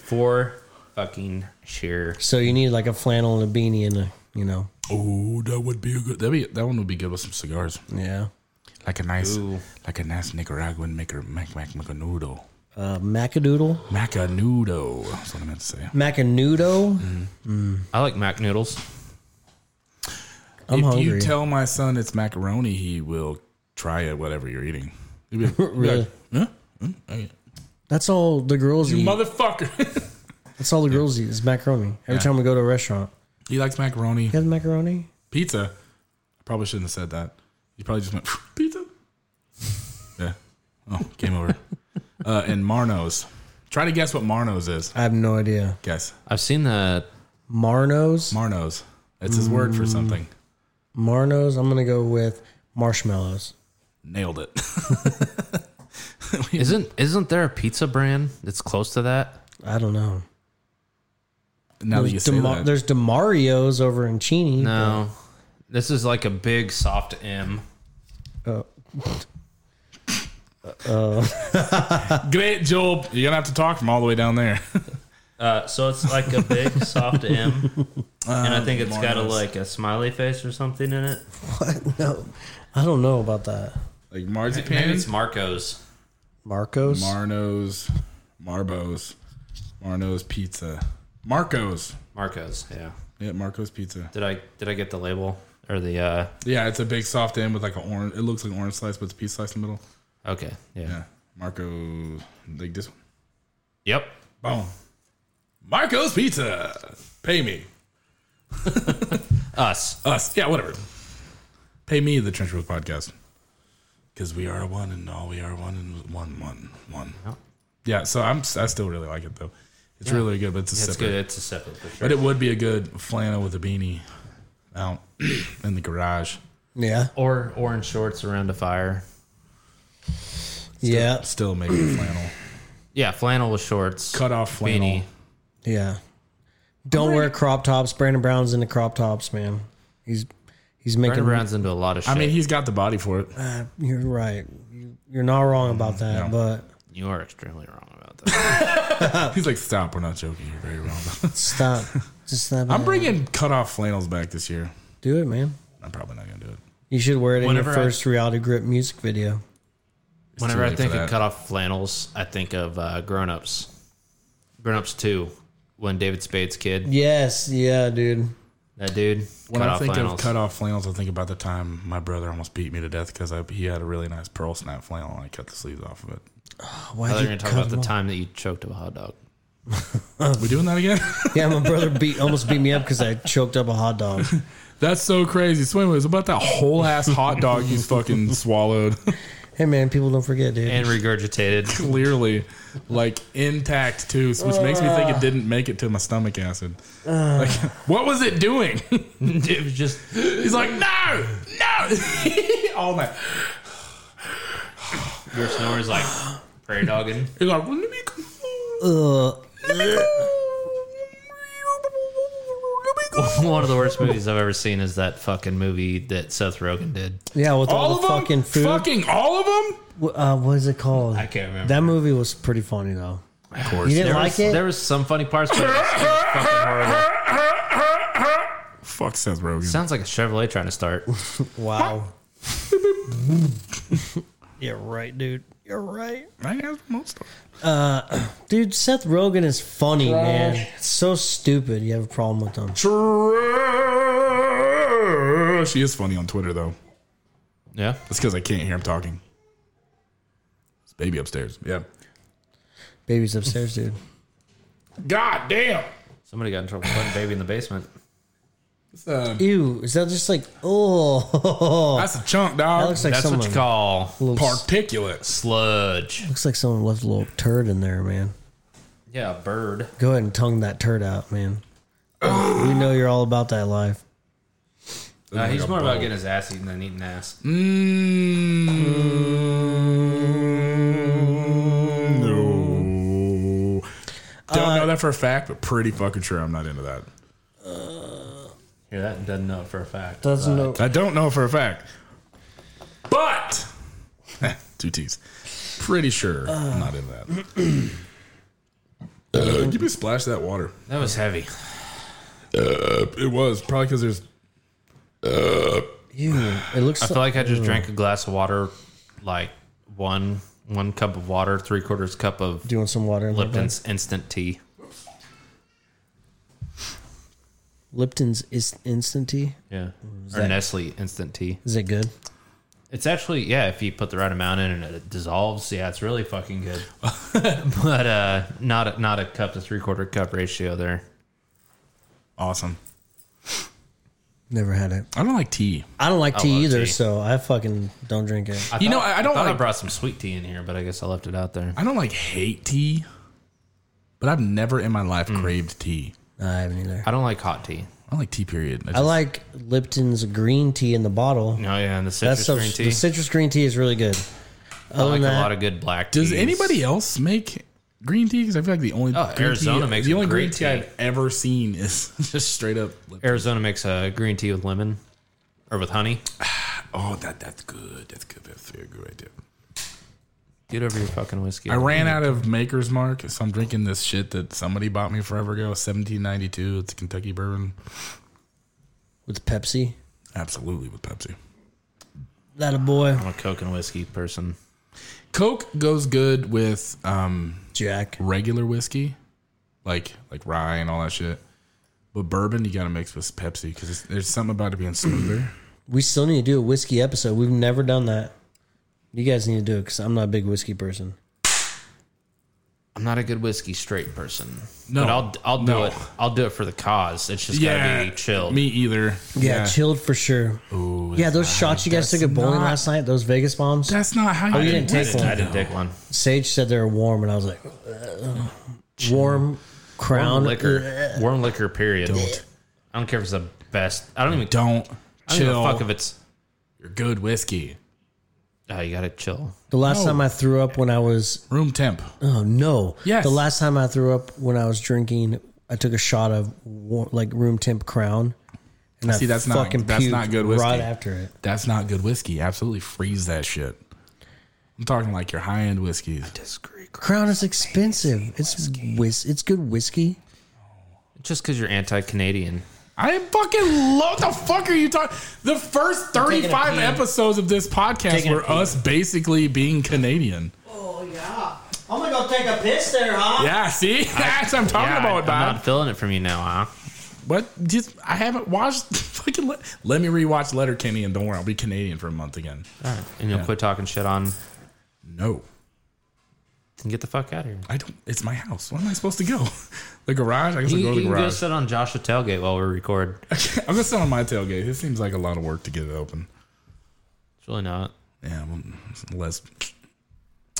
S3: for fucking sheer.
S2: so you need like a flannel and a beanie and a, you know,
S1: Oh, that would be a good. That be that one would be good with some cigars,
S2: yeah.
S1: like a nice,
S3: Ooh.
S1: like a nice Nicaraguan maker, mac mac macanudo,
S2: Uh, macadoodle?
S1: macanudo. That's what I meant to say.
S2: Macanudo?
S3: I like mac noodles.
S2: I'm
S1: if
S2: hungry.
S1: you tell my son it's macaroni, he will try it. Whatever you're eating, He'll be like,
S2: [laughs] Really?
S1: huh? Hmm? Huh? Okay.
S2: That's all the girls eat.
S1: motherfucker. [laughs]
S2: That's all the girls eat is macaroni. Every
S1: Yeah.
S2: time we go to a restaurant.
S1: he likes macaroni
S2: You have macaroni?
S1: pizza. I probably shouldn't have said that. He probably just went
S2: [laughs]
S1: pizza. Yeah. Oh, game over. Uh, and Marnos. Try to guess what Marnos is.
S2: I have no idea.
S1: Guess.
S3: I've seen the
S2: Marnos?
S1: Marnos. That's his word for something.
S2: Marnos. I'm going to go with marshmallows.
S1: Nailed it. [laughs]
S3: isn't isn't there a pizza brand that's close to that?
S2: I don't know.
S1: Now that you
S2: There's,
S1: say
S2: Demar-
S1: that,
S2: there's Demario's over in Cheney.
S3: No, this is like a big soft M.
S2: Uh,
S1: Great job. You're gonna have to talk from all the way down there. [laughs]
S3: Uh, so it's like a [laughs] big soft M, and
S1: Uh,
S3: I think it's got a
S1: Mario's.
S3: like a smiley face or something in it.
S2: [laughs] What? No. I don't know about that.
S1: like marzipan,
S3: Maybe it's Marcos.
S2: Marcos?
S1: Marnos, Marbos, Marnos Pizza, Marcos.
S3: Marcos. Yeah.
S1: Yeah, Marcos Pizza.
S3: Did I did I get the label or the? uh
S1: Yeah, it's a big soft end with like an orange. It looks like an orange slice, but it's a peach slice in the middle.
S3: Okay. Yeah.
S1: Yeah, Marcos, like this one.
S3: Yep.
S1: Boom. Marcos Pizza. Pay me.
S3: Us.
S1: Us. Yeah, whatever. Pay me the Trench Bros podcast. Because we are one and all. We are one and one, one, one. Yeah, so I'm, I still really like it, though. It's really good, but it's a
S3: It's
S1: separate.
S3: good. It's a separate for sure.
S1: But it would be a good flannel with a beanie out [clears throat] in the garage.
S2: Yeah.
S3: Or or in shorts around a fire.
S2: Yeah.
S1: Still maybe a flannel.
S3: Yeah, flannel with shorts.
S1: Cut off flannel.
S3: beanie.
S2: Yeah. Don't wear crop tops. Brandon Brown's into crop tops, man. He's he's making.
S3: Brandon Brown's into a lot of shit.
S1: I mean, he's got the body for it.
S2: Uh, you're right. You, you're not wrong about that, but
S3: you are extremely wrong about that.
S1: He's like, stop, we're not joking. You're very wrong.
S2: stop. Just
S1: [laughs]
S2: stop.
S1: I'm bringing cut off flannels back this year.
S2: Do it, man.
S1: I'm probably not going to do it.
S2: You should wear it in your
S3: Whenever I-
S2: first reality grip music video.
S1: [laughs] It's
S3: Whenever
S1: too
S3: I
S1: late
S3: think
S1: for
S3: of
S1: that.
S3: cut off flannels, I think of uh, Grown Ups. Grown Ups 2, when David Spade's kid.
S2: Yes. Yeah, dude.
S3: That dude.
S1: When
S3: cut
S1: I
S3: off
S1: think
S3: flannels.
S1: of cut off flannels, I think about the time my brother almost beat me to death because he had a really nice pearl snap flannel and I cut the sleeves off of it.
S2: Why
S3: I
S2: did
S3: thought you were going to talk about the time that you choked a hot dog.
S1: we doing that again? [laughs]
S2: [laughs] Yeah, my brother beat almost beat me up because I choked up a hot dog.
S1: That's so crazy. So, anyways, about that whole ass hot dog you fucking swallowed. [laughs]
S2: Hey, man, people don't forget, dude.
S3: And regurgitated. [laughs]
S1: Clearly, like intact too, so- which makes me think it didn't make it to my stomach acid. like, [laughs] what was it doing? [laughs]
S3: it was just.
S1: He's like, no, no, [laughs] all night.
S3: Your snore is like prairie [gasps] dogging.
S1: He's like, let me go.
S2: Ugh.
S3: One of the worst movies I've ever seen is that fucking movie that Seth Rogen did.
S2: yeah, with all,
S1: all
S2: the
S1: of them?
S2: fucking food.
S1: Fucking all of them?
S2: Wh- Uh, what is it called?
S3: I can't remember.
S2: That movie was pretty funny though.
S1: Of course.
S2: You didn't
S3: There
S2: like
S3: was,
S2: it?
S3: there was some funny parts, but it
S2: [laughs]
S3: was, it was fucking horrible.
S1: Fuck Seth Rogen.
S3: Sounds like a Chevrolet trying to start.
S2: [laughs] Wow. yeah, right, dude. You're right.
S1: I have most of
S2: Dude, Seth Rogen is funny, man. So stupid. You have a problem with him.
S1: them. She is funny on Twitter though.
S3: Yeah.
S1: That's because I can't hear him talking. It's baby upstairs. Yeah.
S2: Baby's upstairs, dude.
S1: God damn.
S3: Somebody got in trouble putting baby in the basement.
S1: It's, uh,
S2: Ew, is that just like oh? [laughs]
S1: that's a chunk,
S2: That
S1: dog.
S2: looks like
S3: That's
S2: someone.
S3: what you call
S2: little s-
S1: Particulate.
S3: sludge.
S2: looks like someone left a little turd in there, man.
S3: Yeah, a bird.
S2: Go ahead and tongue that turd out, man. we know you're all about that life.
S3: Uh, he's more about getting his ass eaten than eating ass.
S1: Mm, no. Don't
S2: Uh,
S1: know that for a fact, but pretty fucking sure I'm not into that.
S3: Yeah, that doesn't know for a fact.
S2: Doesn't know.
S1: I don't know for a fact, but [laughs] two T's. Pretty sure I'm not into that. uh, give me a splash of that water.
S3: That was heavy.
S1: Uh, it was probably because there's
S2: Ew, it looks.
S3: I feel like I just drank a glass of water, like one one cup of water, three quarters cup of
S2: Do you want some water? in there, bud?
S3: Lipton's instant tea.
S2: Lipton's is instant tea.
S3: Yeah, or Nestle instant tea.
S2: Is it good?
S3: It's actually yeah, if you put the right amount in and it dissolves, yeah, it's really
S1: [laughs]
S3: fucking good. but uh, not a, not a cup to three quarter cup ratio there.
S1: awesome.
S2: Never had it.
S1: I don't like tea.
S2: I don't like tea
S3: love
S2: either,
S3: tea.
S2: so I fucking don't drink it.
S3: I
S1: You
S3: thought-
S1: know, I- I don't
S3: thought I
S1: like-
S3: brought some sweet tea in here, but I guess I left it out there.
S1: I don't like hate tea, but I've never in my life craved tea.
S2: I haven't either.
S3: I don't like hot tea.
S1: I don't like tea. Period.
S2: I
S1: just-
S2: like Lipton's green tea in the bottle.
S3: No, yeah, and the
S2: That's
S3: citrus
S2: so,
S3: green tea.
S2: the citrus green tea is really good.
S3: I like
S2: than
S3: a
S2: that-
S3: lot of good black tea.
S1: Does anybody else make green tea because I feel like the only
S3: Oh,
S1: green
S3: Arizona
S1: tea,
S3: makes
S1: the only green
S3: great
S1: tea, I've ever seen is [laughs] just straight up. Like,
S3: Arizona makes a green tea with lemon or with honey.
S1: oh, that that's good. That's good. That's very good right there.
S3: Get over your fucking whiskey.
S1: I ran out of Maker's Mark, so I'm drinking this shit that somebody bought me forever ago. 1792. It's Kentucky bourbon,
S2: with Pepsi.
S1: absolutely with Pepsi.
S2: That a boy,
S3: I'm a Coke and whiskey person.
S1: Coke goes good with um,
S2: Jack.
S1: regular whiskey, like like rye and all that shit. But bourbon, you gotta mix with Pepsi because there's something about it being smoother.
S2: We still need to do a whiskey episode. We've never done that. You guys need to do it because I'm not a big whiskey person.
S3: I'm not a good whiskey straight person.
S1: No.
S3: but I'll I'll do
S1: No.
S3: it. I'll do it for the cause. It's just gotta be chilled.
S1: Me either.
S2: Yeah, chilled for sure. yeah, those shots you guys took at bowling
S1: not-
S2: last night, those Vegas bombs.
S1: That's not how you.
S2: you didn't
S3: I
S2: take
S3: Oh, didn't,
S2: one.
S3: I didn't take one.
S2: Sage said they were warm, and I was like, "Ugh." warm crown
S3: Warm liquor. Warm liquor. Period. I don't care if it's the best. I don't even.
S1: Don't
S3: I don't give
S1: chill.
S3: a fuck if it's.
S1: You're good whiskey.
S3: Oh, you gotta chill.
S2: The last
S1: No.
S2: time I threw up when I was
S1: Room temp.
S2: oh no,
S1: Yes.
S2: The last time I threw up when I was drinking, I took a shot of warm, like room temp crown, and
S1: See, that's not- that's
S2: puked
S1: not good whiskey.
S2: Right after it,
S1: That's not good whiskey. Absolutely freeze that shit. I'm talking like your high end whiskeys.
S2: crown is expensive. It's whis- It's good whiskey.
S3: Just because you're anti-Canadian.
S1: I fucking love the fuck are you talking? The first 35
S2: pee.
S1: episodes of this podcast
S2: Taking a
S1: were
S2: pee.
S1: us basically being Canadian.
S2: Oh yeah, I'm gonna go take a piss there, huh?
S1: Yeah, see? That's what I'm talking
S3: Yeah, I,
S1: about,
S3: am
S1: Bob.
S3: not feeling it from you now, huh?
S1: What? Just I haven't watched [laughs] fucking. Le- Let me rewatch Letterkenny and don't worry, I'll be Canadian for a month again.
S3: And you'll quit talking shit on
S1: No,
S3: and get the fuck out of here.
S1: I don't. It's my house. Where am I supposed to go? [laughs] The garage. I guess
S3: You,
S1: I'll go to
S3: you
S1: the
S3: can go
S1: garage.
S3: sit on Joshua tailgate while we record.
S1: [laughs] I'm gonna sit on my tailgate. This seems like a lot of work to get it open.
S3: It's really not.
S1: Yeah, well, less.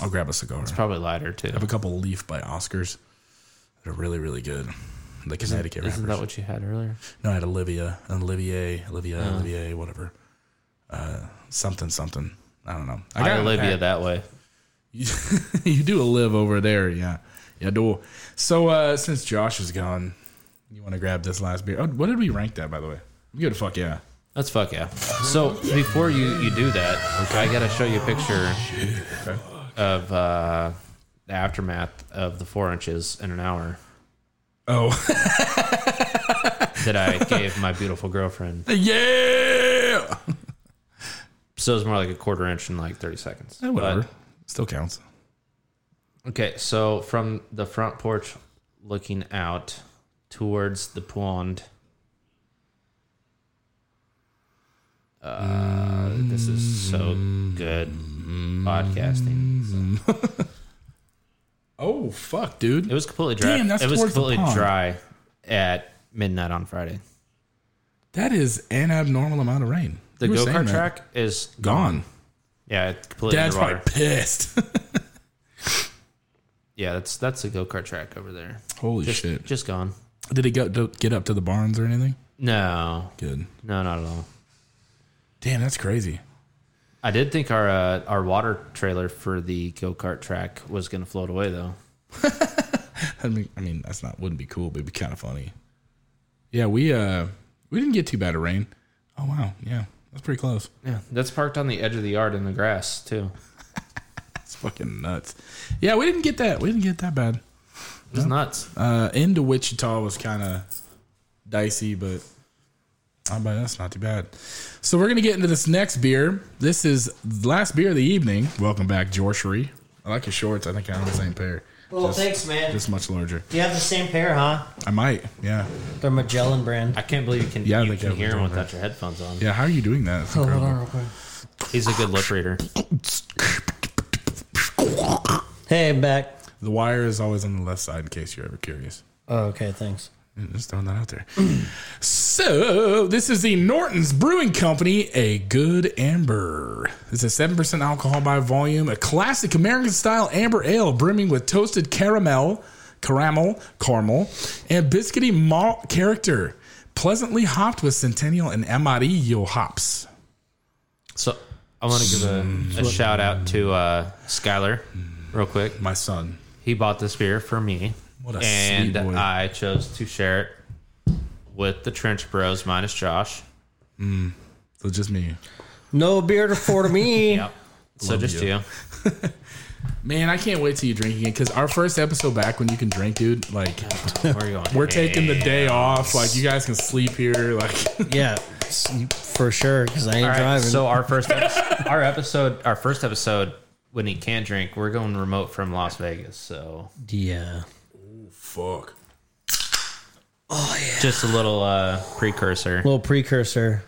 S1: I'll grab a cigar. I
S3: Probably lighter too.
S1: have a couple Leaf by Oscars. They're really, really good. The Connecticut
S3: Isn't
S1: rappers.
S3: that Oh. what you had earlier?
S1: No, I had Olivia, and Olivier, Olivia, Olivier, whatever. Uh, something, something. I don't know.
S3: I
S1: got
S3: Olivia that way.
S1: [laughs] you do live over there, yeah. Yeah, do. So uh since Josh is gone, you want to grab this last beer? Oh, what did we rank that by the way? I'm good. Fuck yeah.
S3: That's fuck yeah. So before you you do that, I gotta show you a picture of uh, the aftermath of the four inches in an hour
S1: Oh [laughs]
S3: that I gave my beautiful girlfriend.
S1: yeah.
S3: So it's more like a quarter inch in like thirty seconds.
S1: Eh, Whatever. Still counts.
S3: But- okay, so from the front porch, looking out towards the pond. Uh, this is so good podcasting.
S1: Oh fuck,
S3: It
S1: dude.
S3: was completely dry.
S1: Damn, that's
S3: it was
S1: towards the
S3: completely
S1: pond.
S3: dry at midnight on Friday.
S1: That is an abnormal amount of rain.
S3: The
S1: You were
S3: go
S1: saying
S3: kart
S1: that.
S3: track is
S1: gone.
S3: yeah, it's completely
S1: Dad's probably
S3: underwater.
S1: pissed. [laughs]
S3: Yeah, that's that's the go kart track over there.
S1: Holy
S3: Just,
S1: shit.
S3: just gone.
S1: Did he go to get up to the barns or anything?
S3: No,
S1: Good.
S3: no, not at all.
S1: Damn, that's crazy.
S3: I did think our uh, our water trailer for the go kart track was gonna float away though.
S1: I mean, I mean, that's not wouldn't be cool, but it'd be kind of funny. Yeah, we uh we didn't get too bad of rain. Oh wow, yeah, that's pretty close.
S3: Yeah, that's parked on the edge of the yard in the grass too.
S1: That's fucking nuts. Yeah, we didn't get that. We didn't get that bad.
S3: It was nuts.
S1: Uh, into Wichita was kind of dicey, but not bad. That's not too bad. So we're gonna get into this next beer. This is the last beer of the evening. Welcome back, Jorchery. I like your shorts. I think I own the same pair.
S2: Well,
S1: Just-
S2: thanks, man.
S1: Just much larger.
S2: you have the same pair, huh?
S1: I might. Yeah.
S2: They're Magellan brand.
S3: I can't believe you can
S1: Yeah, I
S3: you
S1: think
S3: can
S1: I
S3: hear
S1: would
S3: him
S1: do
S3: without your headphones on.
S1: Yeah. How are you doing that? It's
S2: Oh, Hold
S1: incredible.
S2: on real quick.
S3: He's a good lip reader.
S2: Hey, I'm back.
S1: The wire is always on the left side in case you're ever curious.
S2: Oh, okay, thanks.
S1: Just throwing that out there. [clears throat] so, this is the Norton's Brewing Company, a good amber. It's a 7% alcohol by volume, a classic American style amber ale brimming with toasted caramel, caramel, caramel, and biscuity malt character. Pleasantly hopped with Centennial and Amarillo hops.
S3: So I want to give a, a shout out to uh, Skylar real quick.
S1: My son.
S3: He bought this beer for me,
S1: What a
S3: and
S1: sweet boy.
S3: I chose to share it with the Trench Bros minus Josh.
S1: So just me.
S2: No beer to for
S3: [laughs]
S2: me.
S3: Yep. So
S1: Love
S3: just
S1: you.
S3: you.
S1: Man, I can't wait till you drink again because our first episode back when you can drink, dude. Like
S3: Where are you going?
S1: [laughs] we're taking the day off. Like you guys can sleep here. Like [laughs]
S2: Yeah, s- for sure. Because I ain't
S3: All right,
S2: driving.
S3: So our first episode, [laughs] our episode, our first episode when he can't drink, we're going remote from Las Vegas. So
S2: yeah.
S1: fuck.
S3: just a little uh, precursor.
S2: Little precursor.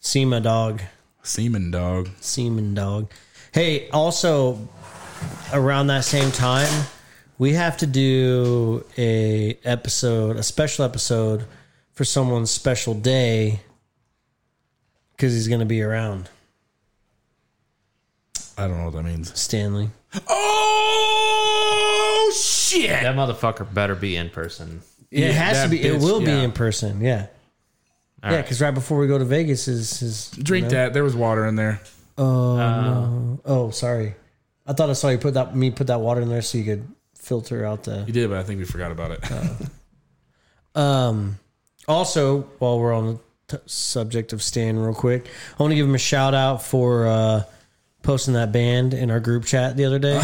S2: SEMA dog.
S1: Semen dog.
S2: Semen dog. Hey, also around that same time, we have to do a episode, a special episode for someone's special day because he's going to be around.
S1: I don't know what that means.
S2: Stanley.
S1: Oh shit!
S3: That mototherfucker better be in person.
S2: it has to
S1: that
S2: be. it
S1: bitch,
S2: will be
S1: yeah.
S2: in person. Yeah. Yeah, 'cause yeah,
S3: right.
S2: because right before we go to Vegas is is
S1: Drink that. There was water in there.
S2: Oh no! Oh, sorry. I thought I saw you put that me put that water in there so you could filter out the.
S1: You did, but I think we forgot about it.
S2: Um. Also, while we're on the t- subject of Stan, real quick, I want to give him a shout out for uh, posting that band in our group chat the
S1: [laughs]
S2: other day.
S1: [laughs]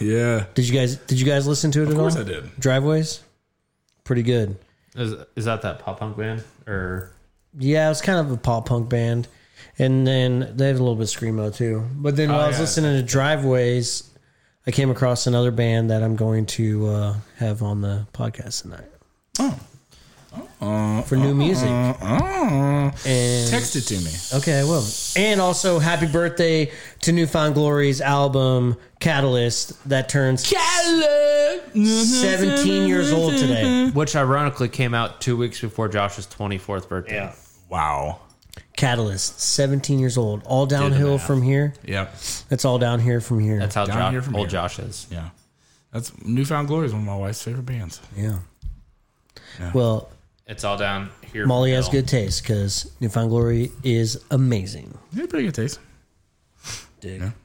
S1: yeah.
S2: did you guys Did you guys listen to it at
S1: Of course
S2: all?
S1: I did.
S2: Driveways, pretty good.
S3: Is, is that that pop punk band or
S2: Yeah, it was kind of a pop punk band. And then they had a little bit of Screamo too. But then while I was
S1: Oh, yeah.
S2: listening to Driveways, I came across another band that I'm going to uh, have on the podcast tonight.
S1: uh,
S2: Oh. For new music.
S1: Oh.
S2: And
S1: Text it to me.
S2: Okay, I will. And also, happy birthday to Newfound Glory's album, Catalyst, that turns [laughs] 17 years old
S3: [laughs]
S2: today.
S3: which ironically came out two weeks before Josh's twenty fourth birthday? Yeah.
S1: Wow.
S2: Catalyst, 17 years old. All downhill from here.
S1: Yep.
S2: It's all down here from here.
S3: That's how
S1: Down
S3: Jo-
S1: here from
S3: old
S1: here.
S3: Josh is.
S1: Yeah. That's Newfound Glory is one of my wife's favorite bands.
S2: yeah.
S1: Yeah.
S2: Well,
S3: It's all down here. from
S2: Molly has
S3: Hill.
S2: good taste because Newfound Glory is amazing.
S1: They had pretty good taste.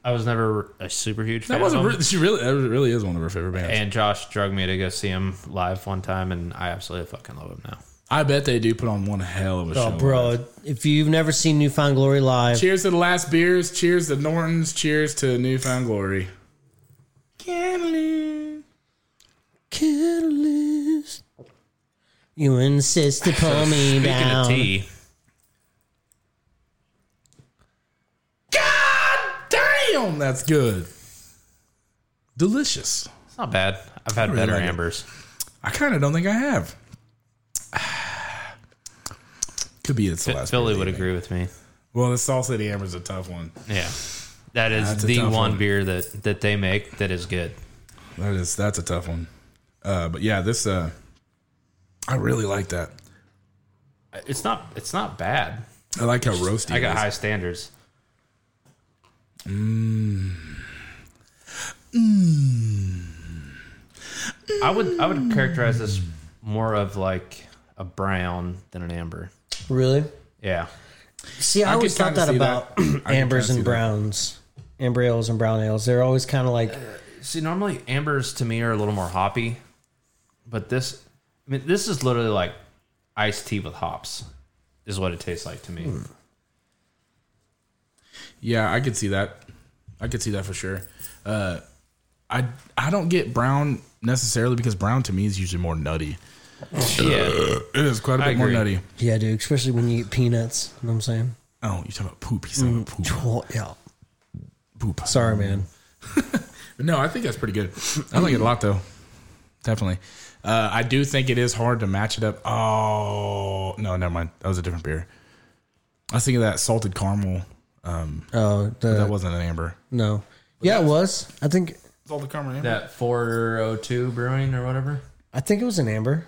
S3: I was never a super huge.
S1: That
S3: fan
S1: wasn't
S3: of
S1: re-
S3: him.
S1: she really that really is one of her favorite bands.
S3: And Josh drugged me to go see him live one time, and I absolutely fucking love him now.
S1: I bet they do put on one hell of a
S2: Oh,
S1: show.
S2: bro! If you've never seen Newfound Glory live,
S1: Cheers to the last beers. Cheers to Norton's. Cheers to Newfound Glory. Canley.
S2: Catalyst, you insist to pull me
S3: [laughs] Speaking
S2: down.
S3: of tea,
S1: Damn, that's good. Delicious.
S3: it's not bad. I've had
S1: really
S3: better
S1: like it.
S3: ambers.
S1: I kind of don't think I have. [sighs] Could be it's the last.
S3: Philly
S1: beer
S3: would
S1: leaving.
S3: agree with me.
S1: Well, the Salt City Amber's a tough one.
S3: Yeah, that is
S1: That's a
S3: the
S1: tough
S3: one,
S1: one.
S3: beer that that they make that is good.
S1: That is that's a tough one. Uh, but yeah, this uh, I really like that.
S3: It's not. It's not bad.
S1: I like how roasty.
S3: I got
S1: it is.
S3: high standards.
S1: Mmm.
S3: I would I would characterize this more of like a brown than an amber.
S2: Really?
S3: Yeah.
S2: See, I,
S1: could
S2: always thought
S1: kinda
S2: that
S1: see
S2: about
S1: that. [clears throat] I could
S2: [clears throat]
S1: kinda
S2: ambers
S1: see
S2: and
S1: that.
S2: browns, amber ales and brown ales. They're always kind of like
S3: See, normally ambers to me are a little more hoppy, but this I mean this is literally like iced tea with hops is what it tastes like to me.
S1: Yeah, I could see that. I could see that for sure. Uh, I I don't get brown necessarily because brown to me is usually more nutty.
S3: Yeah.
S1: It is quite a
S3: I
S1: bit more
S3: agree.
S1: nutty.
S2: yeah, dude. Especially when you eat peanuts. You know what I'm saying?
S1: Oh, you're talking about poop. He's talking about poop.
S2: Well, yeah.
S1: poop.
S2: Sorry, man.
S1: No, I think that's pretty good. I like it a lot though. Definitely. Uh, I do think it is hard to match it up. Oh no, never mind. That was a different beer. I was thinking of that salted caramel.
S2: Oh,
S1: That
S2: the,
S1: wasn't an amber.
S2: no. Yeah, it was. I think.
S1: Salted caramel. Amber.
S3: That 402 brewing or whatever.
S2: I think it was an amber.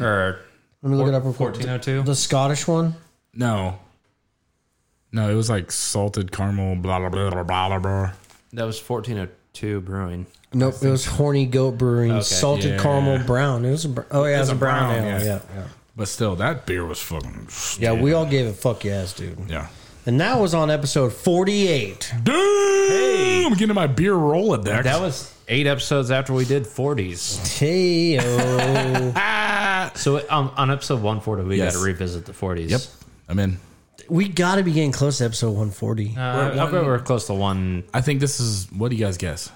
S3: Or
S2: Let me look it up. Real quick.
S3: 1402.
S2: The Scottish one.
S1: No. No, it was like salted caramel. Blah blah blah blah blah. blah.
S3: That was 1402 brewing.
S2: Nope, it was Horny Goat Brewing Salted
S1: Yeah.
S2: Caramel Brown. It was a br- oh yeah, it was a brown, ale. Yeah.
S1: But still, that beer was fucking.
S2: yeah, we all gave it fuck yes, dude.
S1: Yeah.
S2: And that was on episode 48.
S1: Damn! I'm getting my beer Rolodex.
S3: That was eight episodes after we did 40s.
S2: Hey,
S3: So um, on episode 140, we
S1: Yes.
S3: got to revisit the 40s.
S1: Yep. I'm in.
S2: we got to be getting close to episode 140.
S3: Uh, I bet we're close to one
S1: I think this is what do you guys guess?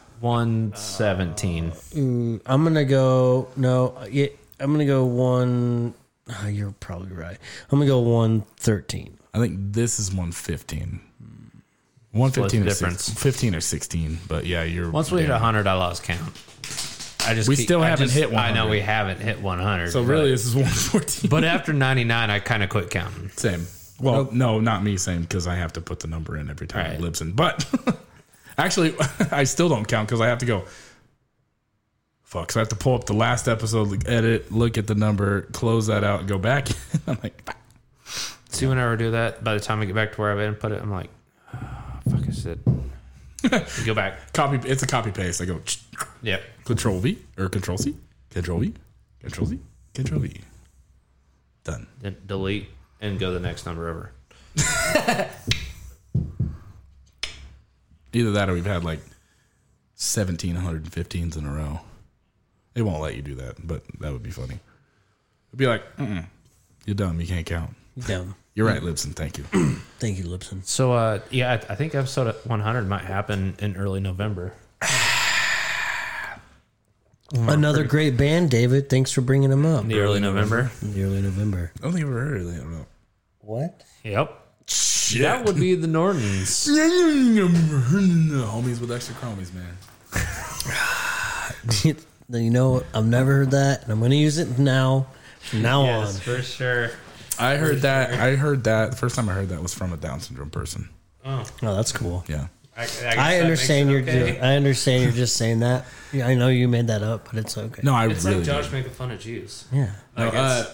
S3: 117.
S2: Mm, I'm going to go, no, yeah, I'm going to go one. [sighs] ah, you're probably right. I'm going to go 113.
S1: I think this is 115. 115 or
S3: difference.
S1: 16, 15 or 16, but yeah, you're
S3: Once we hit
S1: damn.
S3: 100, I lost count. I just
S1: We
S3: keep-
S1: still
S3: I
S1: haven't
S3: just-
S1: hit
S3: I know
S1: 100.
S3: we haven't hit 100.
S1: So
S3: but-
S1: really, this is 114.
S3: [laughs] but after 99, I kind of quit counting.
S1: Same. Well, no, not me. Same because I have to put the number in every time
S3: Right.
S1: it lives in. But [laughs] actually, [laughs] I still don't count because I have to go. Fuck! So I have to pull up the last episode, like, edit, look at the number, close that out, and go back. [laughs] I'm like, fuck.
S3: See, whenever I do that, by the time I get back to where I've been put it, I'm like, oh, fuck,
S1: [laughs]
S3: I said. You go back.
S1: copy. It's a copy paste. I go "Ch-
S3: Yep.
S1: control V or control C, control V, control Z, control V. Done.
S3: Then delete and go the next number over.
S1: Either that or we've had like 1715s in a row. It won't let you do that, but that would be funny. It'd be like, Mm-mm, you're dumb. You can't count.
S2: Dumb.
S1: You're right, Libson. Thank [clears throat] you.
S2: Thank you, Lipson.
S3: So, uh, yeah, I, I think episode 100 might happen in early November.
S2: Another great band, David. Thanks for bringing them up.
S3: The early November.
S2: In the early November. [laughs]
S1: I don't think I've ever heard of that. I don't know.
S2: What?
S3: Yep.
S1: Shit.
S3: That would be the
S1: [laughs]
S3: Nortons.
S1: Homies with extra chromies, man.
S2: you know, what? I've never heard that, and I'm going to use it now. From now on.
S3: for sure.
S1: I heard that. I heard that. The first time I heard that was from a Down syndrome person.
S2: Oh, that's cool.
S1: Yeah.
S3: I,
S2: I understand you're. ju- I understand you're just saying that. Yeah, I know you made that up, but it's okay.
S1: No, I
S3: It's
S1: really.
S3: like Josh
S1: did.
S3: making fun of Jews.
S2: Yeah.
S1: No,
S3: Like, it's-
S1: uh,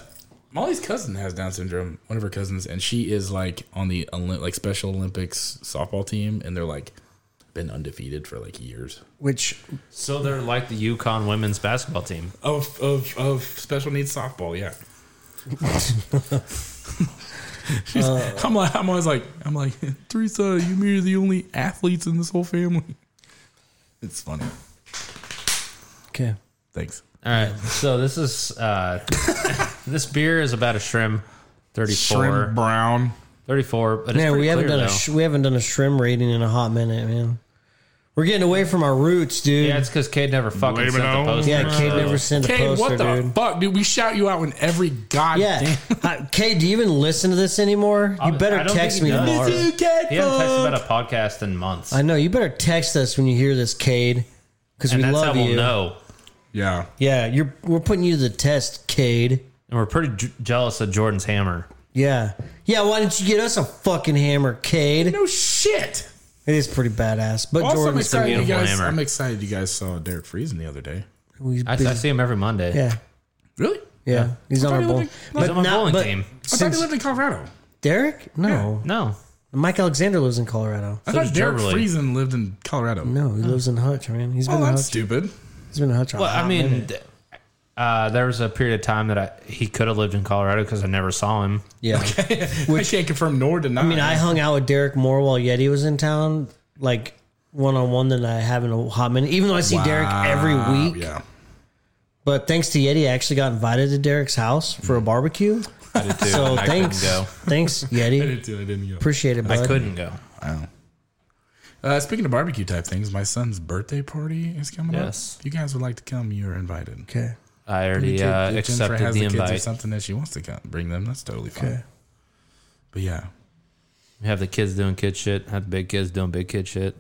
S1: Molly's cousin has Down syndrome. One of her cousins, and she is like on the Olymp- like Special Olympics softball team, and they're like been undefeated for like years.
S2: Which
S3: so they're like the Yukon women's basketball team.
S1: Of of of special needs softball, yeah. [laughs] She's- I'm like, I'm always like, I'm like, Teresa, you mean you're the only athletes in this whole family. It's funny.
S2: okay.
S1: Thanks.
S3: All right. So this is uh, [laughs] this beer is about a shrimp. 34.
S1: Shrimp brown.
S3: 34. But it's
S2: Yeah,
S3: pretty
S2: we haven't
S3: clear,
S2: done a
S3: though.
S2: sh- we haven't done a shrimp rating in a hot minute, man. We're getting away from our roots, dude.
S3: Yeah,
S2: Yeah,
S3: it's because Cade never fucking
S1: Blame it
S3: sent the Uh,
S1: on
S3: poster.
S2: yeah Cade
S3: so-
S2: never sent a
S1: Hey,
S2: poster,
S1: what the
S2: dude.
S1: fuck, dude? We shout you out in every goddamn. [laughs]
S2: yeah, uh, Cade, do you even listen to this anymore? You
S3: I
S2: better
S3: don't
S2: text me
S3: think he does.
S2: tomorrow.
S3: He hasn't texted about a podcast in months.
S2: I know you better text us when you hear this, Cade, because we
S3: and that's
S2: love
S3: how we'll
S2: you.
S3: know.
S1: Yeah.
S2: Yeah, you're we're putting you to the test, Cade.
S3: And we're pretty j- jealous of Jordan's hammer.
S2: Yeah, yeah. Why didn't you get us a fucking hammer, Cade?
S1: No shit.
S2: It is pretty badass. But
S1: Also, I'm
S2: Jordan's pretty
S1: excited, you
S3: beautiful
S1: guys,
S3: hammer.
S1: I'm excited you guys saw Derek Friesen the other day.
S2: We've
S3: I,
S2: been-
S3: I see him every Monday.
S2: yeah,
S1: Really?
S2: yeah, He's on
S1: thought
S2: our
S1: he
S2: bowl.
S1: lived in-
S3: He's on my bowling team.
S1: I thought
S2: since
S1: he lived in Colorado.
S2: Derek, no,
S3: No.
S2: Mike Alexander lives in Colorado.
S1: I
S3: So
S1: thought
S3: does
S1: Derek
S3: Gerberly.
S1: Friesen lived in Colorado.
S2: No, he lives in Hutch, man. He's
S1: Oh,
S2: been in
S1: that's
S2: Hutch.
S1: stupid. [laughs]
S2: He's been in Hutch.
S3: Well, I mean, th- uh, there was a period of time that I, he could have lived in Colorado because I never saw him.
S2: yeah.
S1: I can't confirm nor deny.
S2: I mean, I hung out with Derek more while Yeti was in town, like one on one, than I have in a hot minute. Even though I see Derek every week,
S1: Ah, Yeah.
S2: but thanks to Yeti, I actually got invited to Derek's house for a barbecue.
S3: I did too.
S2: So
S3: and I
S2: thanks,
S3: couldn't go.
S2: thanks Yeti.
S1: didn't, I didn't go.
S2: Appreciate it, bud.
S3: I couldn't go.
S1: Wow. Uh, speaking of barbecue type things, my son's birthday party is coming
S3: Yes.
S1: up. If you guys would like to come, you're invited.
S2: Okay.
S3: I already
S1: If
S3: uh,
S1: Jennifer
S3: accepted
S1: has
S3: the
S1: kids or
S3: invite.
S1: something that she wants to come, bring them. That's totally fine.
S2: Okay.
S1: But yeah,
S3: We have the kids doing kid shit. Have the big kids doing big kid shit.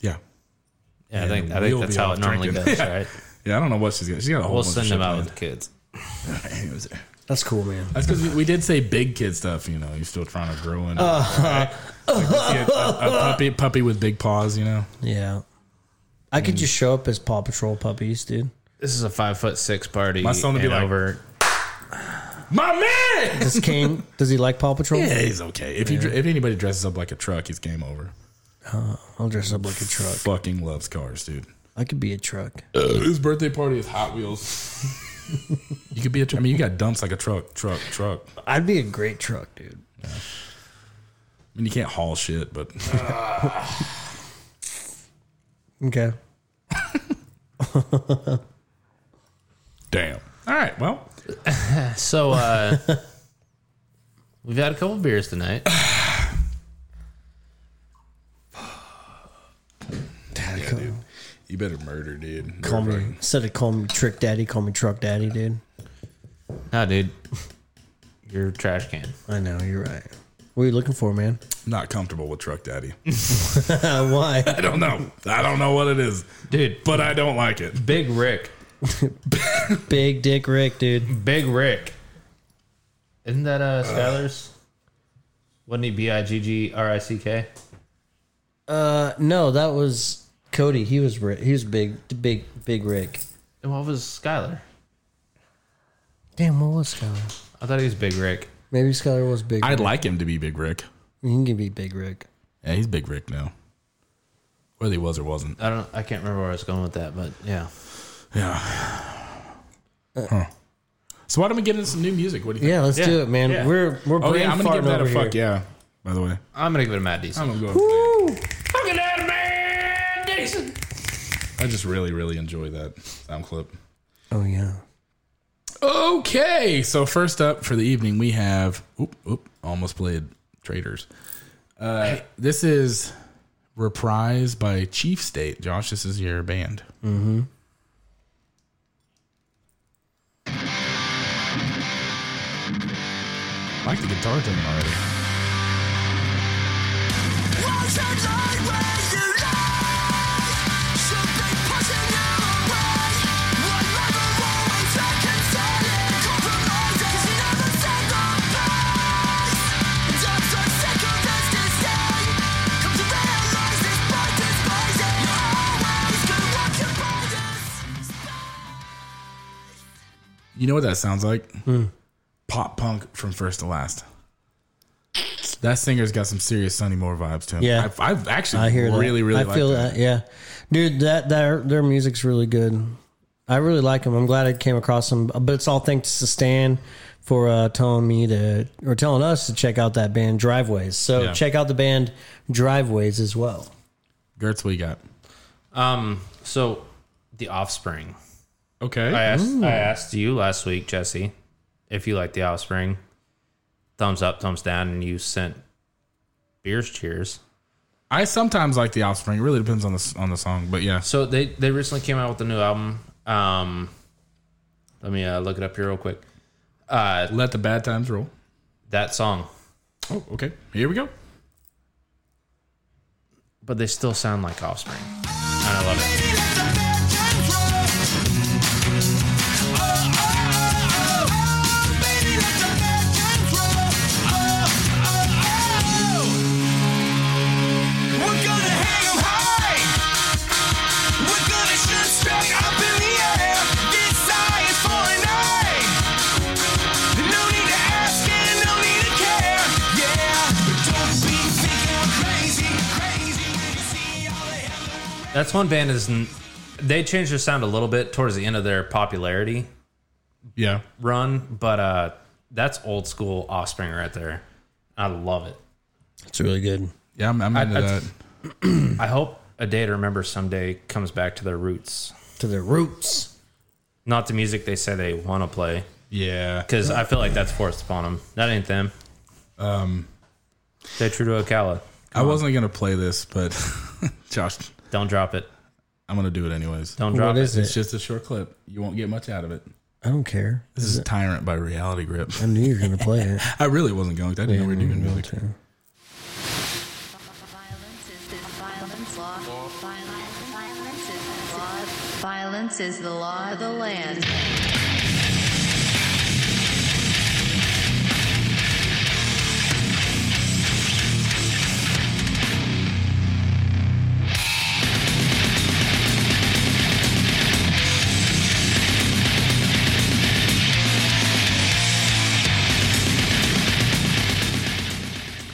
S1: yeah,
S3: Yeah, I
S1: And
S3: think I
S1: we'll
S3: think that's
S1: be
S3: how
S1: off
S3: it normally
S1: drinking. [laughs]
S3: goes, right?
S1: yeah. I don't know what she's got. She's got a whole.
S3: We'll
S1: bunch
S3: send
S1: of
S3: them out with the kids.
S1: [laughs] with.
S2: That's cool, man.
S1: That's because we, we did say big kid stuff. You know, you're still trying to grow in. Like, you see a, [laughs] a- a puppy, puppy with big paws. You know,
S2: Yeah. I could just show up as Paw Patrol puppies, dude.
S3: This is a five foot six party.
S1: My son would be
S3: and
S1: like-
S3: over.
S1: my man.
S2: Does Kane? does he like Paw Patrol?
S1: Yeah, he's okay. If you you if anybody dresses up like a truck, it's game over.
S2: I'll dress up like a truck.
S1: Fucking loves cars, dude.
S2: I could be a truck.
S1: His birthday party is Hot Wheels. you could be a. Tr- I mean, you got dumps like a truck, truck, truck.
S2: I'd be a great truck, dude.
S1: I mean, you can't haul shit, but
S2: Okay.
S1: damn. All right, well,
S3: So uh, we've had a couple beers tonight.
S1: yeah, dude, you better murder, dude.
S2: Call me instead of call me trick daddy, call me truck daddy, dude.
S3: Nah, dude, you're a trash can.
S2: I know you're right. What are you looking for, man?
S1: Not comfortable with truck daddy. [laughs]
S2: [laughs] Why?
S1: I don't know. I don't know what it is,
S3: Dude,
S1: but I don't like it.
S3: Big Rick,
S2: Big Dick Rick, dude.
S3: Big Rick. Isn't that uh Skyler's? Wasn't he B I G G R I C K?
S2: Uh, no, that was Cody. He was Rick. He was big, big, big Rick.
S3: And what was Skyler?
S2: Damn, what was Skylar?
S3: I thought he was Big Rick.
S2: Maybe Skylar was big.
S1: I'd
S2: Rick.
S1: like him to be Big Rick.
S2: He can be big Rick.
S1: Yeah, he's Big Rick now. Whether he was or wasn't.
S3: I don't. I can't remember where I was going with that, but yeah.
S1: Yeah. Huh. So why don't we get into some new music? What do you think?
S2: Yeah, let's
S3: Yeah,
S2: do it, man.
S3: yeah.
S2: We're we're
S1: Oh
S2: brain
S1: yeah, I'm gonna
S2: farting
S1: give that a
S2: over
S1: fuck
S2: here.
S1: yeah. By the way,
S3: I'm gonna give it a Matt Decent.
S1: I'm gonna go.
S3: Fucking at Matt Decent.
S1: I just really, really enjoy that sound clip.
S2: Oh yeah.
S1: Okay, so first up for the evening we have. Oop, oop, almost played Traders. Uh, this is reprised by Chief State. Josh, this is your band. Mm-hmm. Like the guitar thing already. You know what that sounds like?
S2: Hmm.
S1: Pop punk from first to last. That singer's got some serious Sonny Moore vibes to him.
S2: Yeah.
S1: I've, I've actually
S2: I hear that.
S1: really, really
S2: I
S1: like
S2: feel
S1: that.
S2: that. Yeah, dude, that their their music's really good. I really like them. I'm glad I came across them. But it's all thanks to Stan for uh, telling me to or telling us to check out that band Driveways. So
S1: Yeah.
S2: check out the band Driveways as well.
S1: Gertz, what you got?
S3: Um. So, The Offspring.
S1: Okay.
S3: I asked, I asked you last week, Jesse, if you like The Offspring. Thumbs up, thumbs down, and you sent beers cheers.
S1: I sometimes like the Offspring. It really depends on the s- on the song, but yeah.
S3: So they they recently came out with a new album. Um, let me uh, look it up here real quick. Uh,
S1: Let the bad times roll.
S3: that song,
S1: Oh, okay. Here we go.
S3: but they still sound like Offspring, and I love it. That's one band is n- they changed their sound a little bit towards the end of their popularity
S1: Yeah.
S3: run, but uh, that's old school Offspring right there. I love it.
S2: It's really good.
S1: Yeah, I'm, I'm into
S3: I-
S1: that.
S3: I hope a day to remember someday comes back to their roots,
S2: To their roots.
S3: not the music they say they want to play.
S1: Yeah.
S3: Because I feel like that's forced upon them. That ain't them.
S1: Um,
S3: Stay true to Ocala.
S1: I wasn't gonna play this, but [laughs] Josh,
S3: Don't drop it.
S1: I'm gonna do it anyways.
S3: Don't drop
S2: What
S3: it.
S2: is
S1: It's
S2: it?
S1: just a short clip. You won't get much out of it.
S2: I don't care.
S1: This is Tyrant by Reality Grip.
S2: I knew you were gonna
S1: [laughs]
S2: play it.
S1: I really wasn't going. I didn't know we were doing music.
S4: Violence is the violence law. Violence, violence is the law. Violence is the law of the land.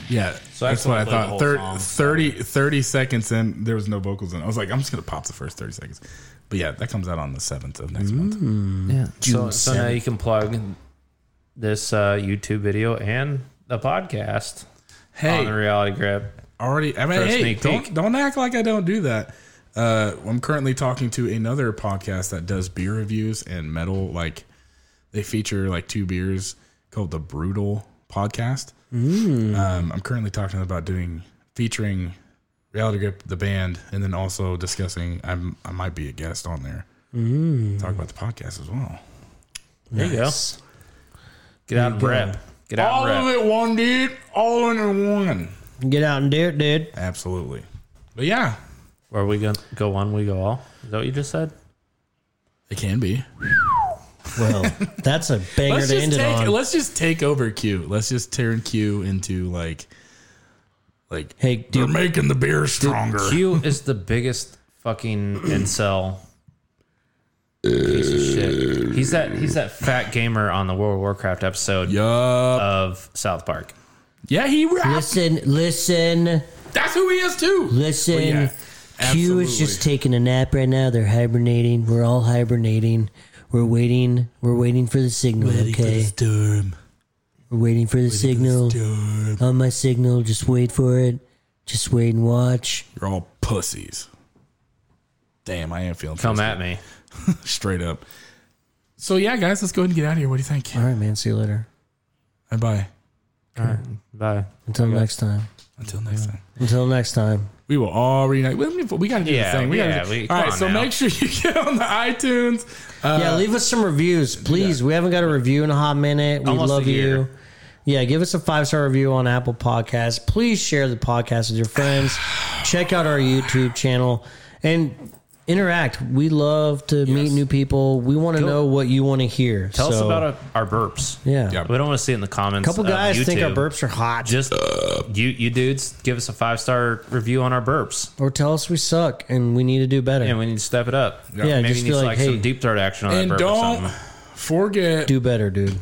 S1: Yeah.
S3: So
S1: that's
S3: I
S1: what I
S3: actually played the
S1: thought.
S3: whole
S1: Thir-
S3: song.
S1: 30, 30 seconds in, there was no vocals in. it. I was like, I'm just gonna pop the first thirty seconds. But yeah, that comes out on the seventh of next month.
S3: Yeah. So, so now you can plug this uh, YouTube video and the podcast. on the
S1: Hey,
S3: reality grip.
S1: already. I mean,
S3: First
S1: hey,
S3: sneak
S1: don't
S3: peek.
S1: don't act like I don't do that. Uh, I'm currently talking to another podcast that does beer reviews and metal. Like, they feature like two beers called the Brutal Podcast.
S3: Mm.
S1: Um, I'm currently talking about doing featuring Reality Grip, the band, and then also discussing. I'm I might be a guest on there.
S3: Mm.
S1: Talk about the podcast as well.
S2: There you
S3: Get out and rep. Get out
S1: All
S3: and
S1: of
S3: rep.
S1: it, one dude. All in one.
S2: go. Get out and do it, dude.
S1: Absolutely. But yeah,
S3: Where we go, go one, we go all. Is that what you just said?
S1: it can be.
S2: Well, [laughs] that's a banger
S1: Let's
S2: to
S1: just
S2: end it
S1: take.
S2: on.
S1: Let's just take over Q. Let's just turn Q into like, like
S2: hey,
S1: they're
S2: dude,
S1: making the beer stronger.
S3: Q [laughs] is the biggest
S1: [clears throat]
S3: fucking incel piece of shit. He's that he's that fat gamer on the World of Warcraft episode
S1: Yup.
S3: of South Park.
S1: yeah, he raps.
S2: listen, listen,
S1: That's who he is too.
S2: listen.
S1: yeah,
S2: Q is just taking a nap right now. They're hibernating. We're all hibernating. We're waiting. We're waiting for the signal. okay,
S1: Storm.
S2: we're waiting for the signal.
S1: Storm.
S2: on my signal. Just wait for it. Just wait and watch.
S1: You're all pussies. Damn, I am feeling
S3: Come
S1: thirsty.
S3: at me.
S1: straight up. So yeah, guys, let's go ahead and get out of here. What do you think?
S2: All right, man. See you later.
S1: Bye bye.
S3: All right. Bye.
S2: Until next time.
S1: Until next time.
S2: Until next time.
S1: We will all reunite. We, we got to do
S3: Yeah,
S1: the thing. We
S3: yeah,
S1: gotta do,
S3: we-
S1: all
S3: come
S1: right,
S3: on
S1: so
S3: now.
S1: make sure you [laughs] get on the iTunes. Uh,
S2: yeah, leave us some reviews, please. We haven't got a review in a hot minute. We
S3: Almost a
S2: love you.
S3: year.
S2: Yeah, give us a five star review on Apple Podcasts. Please share the podcast with your
S3: [sighs]
S2: friends. Check out our YouTube channel and interact. We love to meet new people. We want to know what you want to hear.
S3: Tell us about our- our burps.
S2: Yeah.
S1: Yeah.
S3: We don't want to see it in the comments.
S2: couple
S3: of
S2: guys think our
S3: YouTube.
S2: burps are hot.
S3: Just
S1: Uh,
S3: you, you dudes, give us a five star review on our burps,
S2: or tell us we suck and we need to do better.
S3: and we need to step it up.
S2: Yeah,
S3: maybe
S2: just
S3: you need
S2: feel
S3: like,
S2: like, hey-
S3: some deep throat action on
S1: and
S3: that burp or
S1: don't
S3: something.
S1: forget.
S2: do better, dude.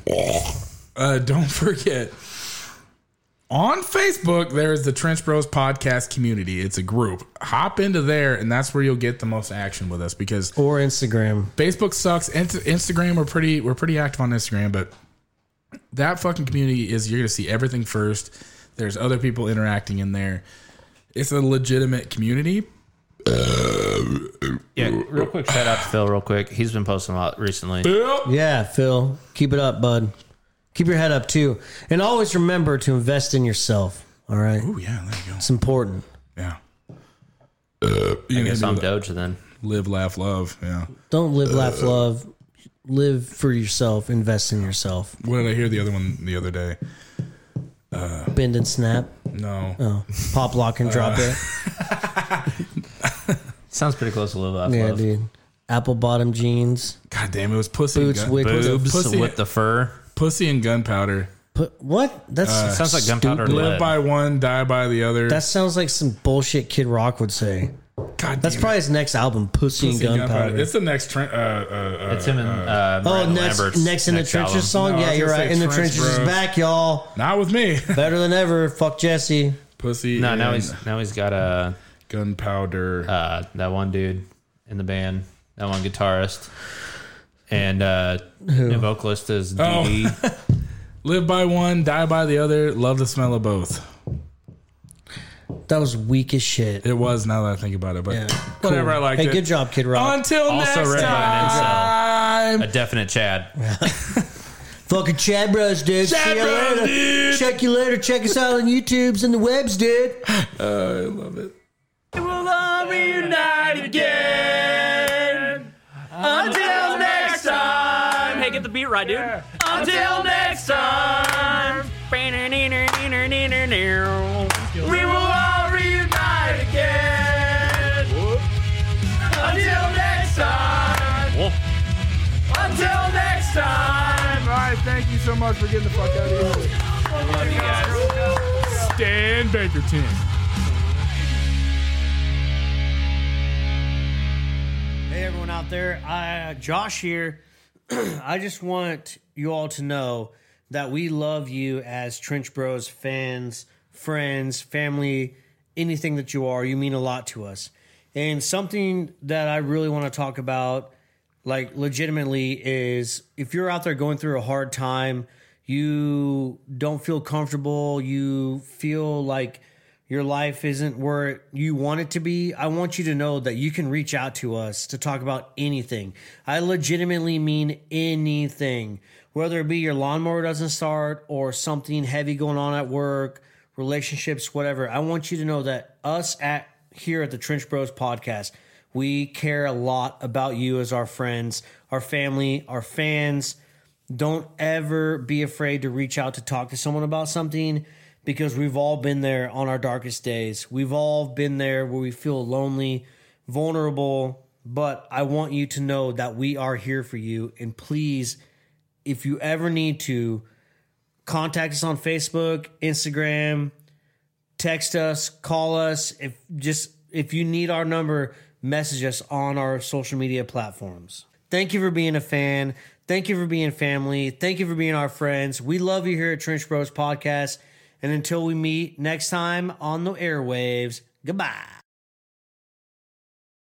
S1: Uh, don't [laughs] forget. On Facebook, there is the Trench Bros podcast community. It's a group. Hop into there, and that's where you'll get the most action with us because
S2: Or Instagram.
S1: Facebook sucks. Int- Instagram, we're pretty we're pretty active on Instagram, but that fucking community is you're gonna see everything first. There's other people interacting in there. It's a legitimate community.
S3: Yeah, real quick, shout out to Phil, real quick. He's been posting a lot recently.
S2: Yeah, Phil, keep it up, bud. Keep your head up too, and always remember to invest in yourself. All right,
S1: Oh yeah, there you go.
S2: it's important.
S1: Yeah. you
S3: Guess
S1: gonna
S3: I'm
S1: do
S3: Doja then.
S1: live, laugh, love. Yeah.
S2: Don't live, laugh, love. Live for yourself. Invest in yourself.
S1: What did I hear the other one the other day?
S2: Bend and snap.
S1: No.
S2: Oh, pop, lock, and drop it.
S3: Sounds pretty close to Live Laugh
S2: Yeah,
S3: Love.
S2: dude. Apple bottom jeans.
S1: God damn, it was pussy.
S2: Boots,
S1: and gun-
S2: wig-
S3: Boobs
S1: Pussy-
S3: with the fur.
S1: pussy and gunpowder.
S2: Put what? That's
S3: Sounds like gunpowder
S2: stupid.
S3: lead.
S1: Live by one, die by the other.
S2: That sounds like some bullshit Kid Rock would say.
S1: God
S2: That's
S1: damn it.
S2: probably his next album, Pussy,
S1: Pussy
S2: and
S1: and
S2: Gunpowder.
S1: It's the next trend. Uh, uh, uh,
S3: It's him and uh,
S2: oh,
S3: Miranda
S2: next,
S3: Lambert's
S2: next in the trenches song.
S3: album.
S1: No, I
S2: yeah,
S1: was
S2: you're
S1: gonna
S2: right.
S1: say
S2: In the
S1: Trench
S2: trenches is
S1: Bros.
S2: back, y'all.
S1: not with me. [laughs]
S2: Better than ever. Fuck Jesse.
S1: pussy.
S3: No, now
S1: and
S3: he's now he's got a
S1: gunpowder.
S3: uh, that one dude in the band, that one guitarist, and uh, the vocalist is
S2: Oh.
S3: DD.
S2: [laughs]
S1: Live by one, die by the other. Love the smell of both.
S2: That was weak as shit.
S1: It was now that I think about it, but
S2: Yeah.
S1: whatever.
S2: Cool.
S1: I liked
S2: Hey,
S1: it.
S2: good job, Kid Rock.
S1: Until
S3: Also
S1: next
S3: written by an incel.
S1: time.
S3: a definite Chad.
S2: Fucking Chad Bros, dude.
S1: Chad
S2: you
S1: Bros,
S2: later.
S1: dude.
S2: Check you later. Check us out on YouTube's and the webs, dude.
S1: I love it. We'll all reunite again. Until next time.
S5: Hey, get the beat right, dude. Until next time. We will all reunite again. Until next time. Until next time.
S6: All right, thank you so much for getting the fuck out of here. Stan Bakerton.
S2: Hey, everyone out there. I, uh, Josh here. [clears throat] I just want you all to know that we love you as Trench Bros fans, friends, family, anything that you are. You mean a lot to us. And something that I really want to talk about, like legitimately, is if you're out there going through a hard time, you don't feel comfortable, you feel like your life isn't where you want it to be, I want you to know that you can reach out to us to talk about anything. I legitimately mean anything, whether it be your lawnmower doesn't start or something heavy going on at work, relationships, whatever. I want you to know that us at here at the Trench Bros podcast, we care a lot about you as our friends, our family, our fans. Don't ever be afraid to reach out to talk to someone about something because we've all been there on our darkest days. We've all been there where we feel lonely, vulnerable, but I want you to know that we are here for you. And please, if you ever need to, contact us on Facebook, Instagram, text us, call us. If just if you need our number, message us on our social media platforms. Thank you for being a fan. Thank you for being family. Thank you for being our friends. We love you here at Trench Bros Podcast. And until we meet next time on the airwaves, goodbye.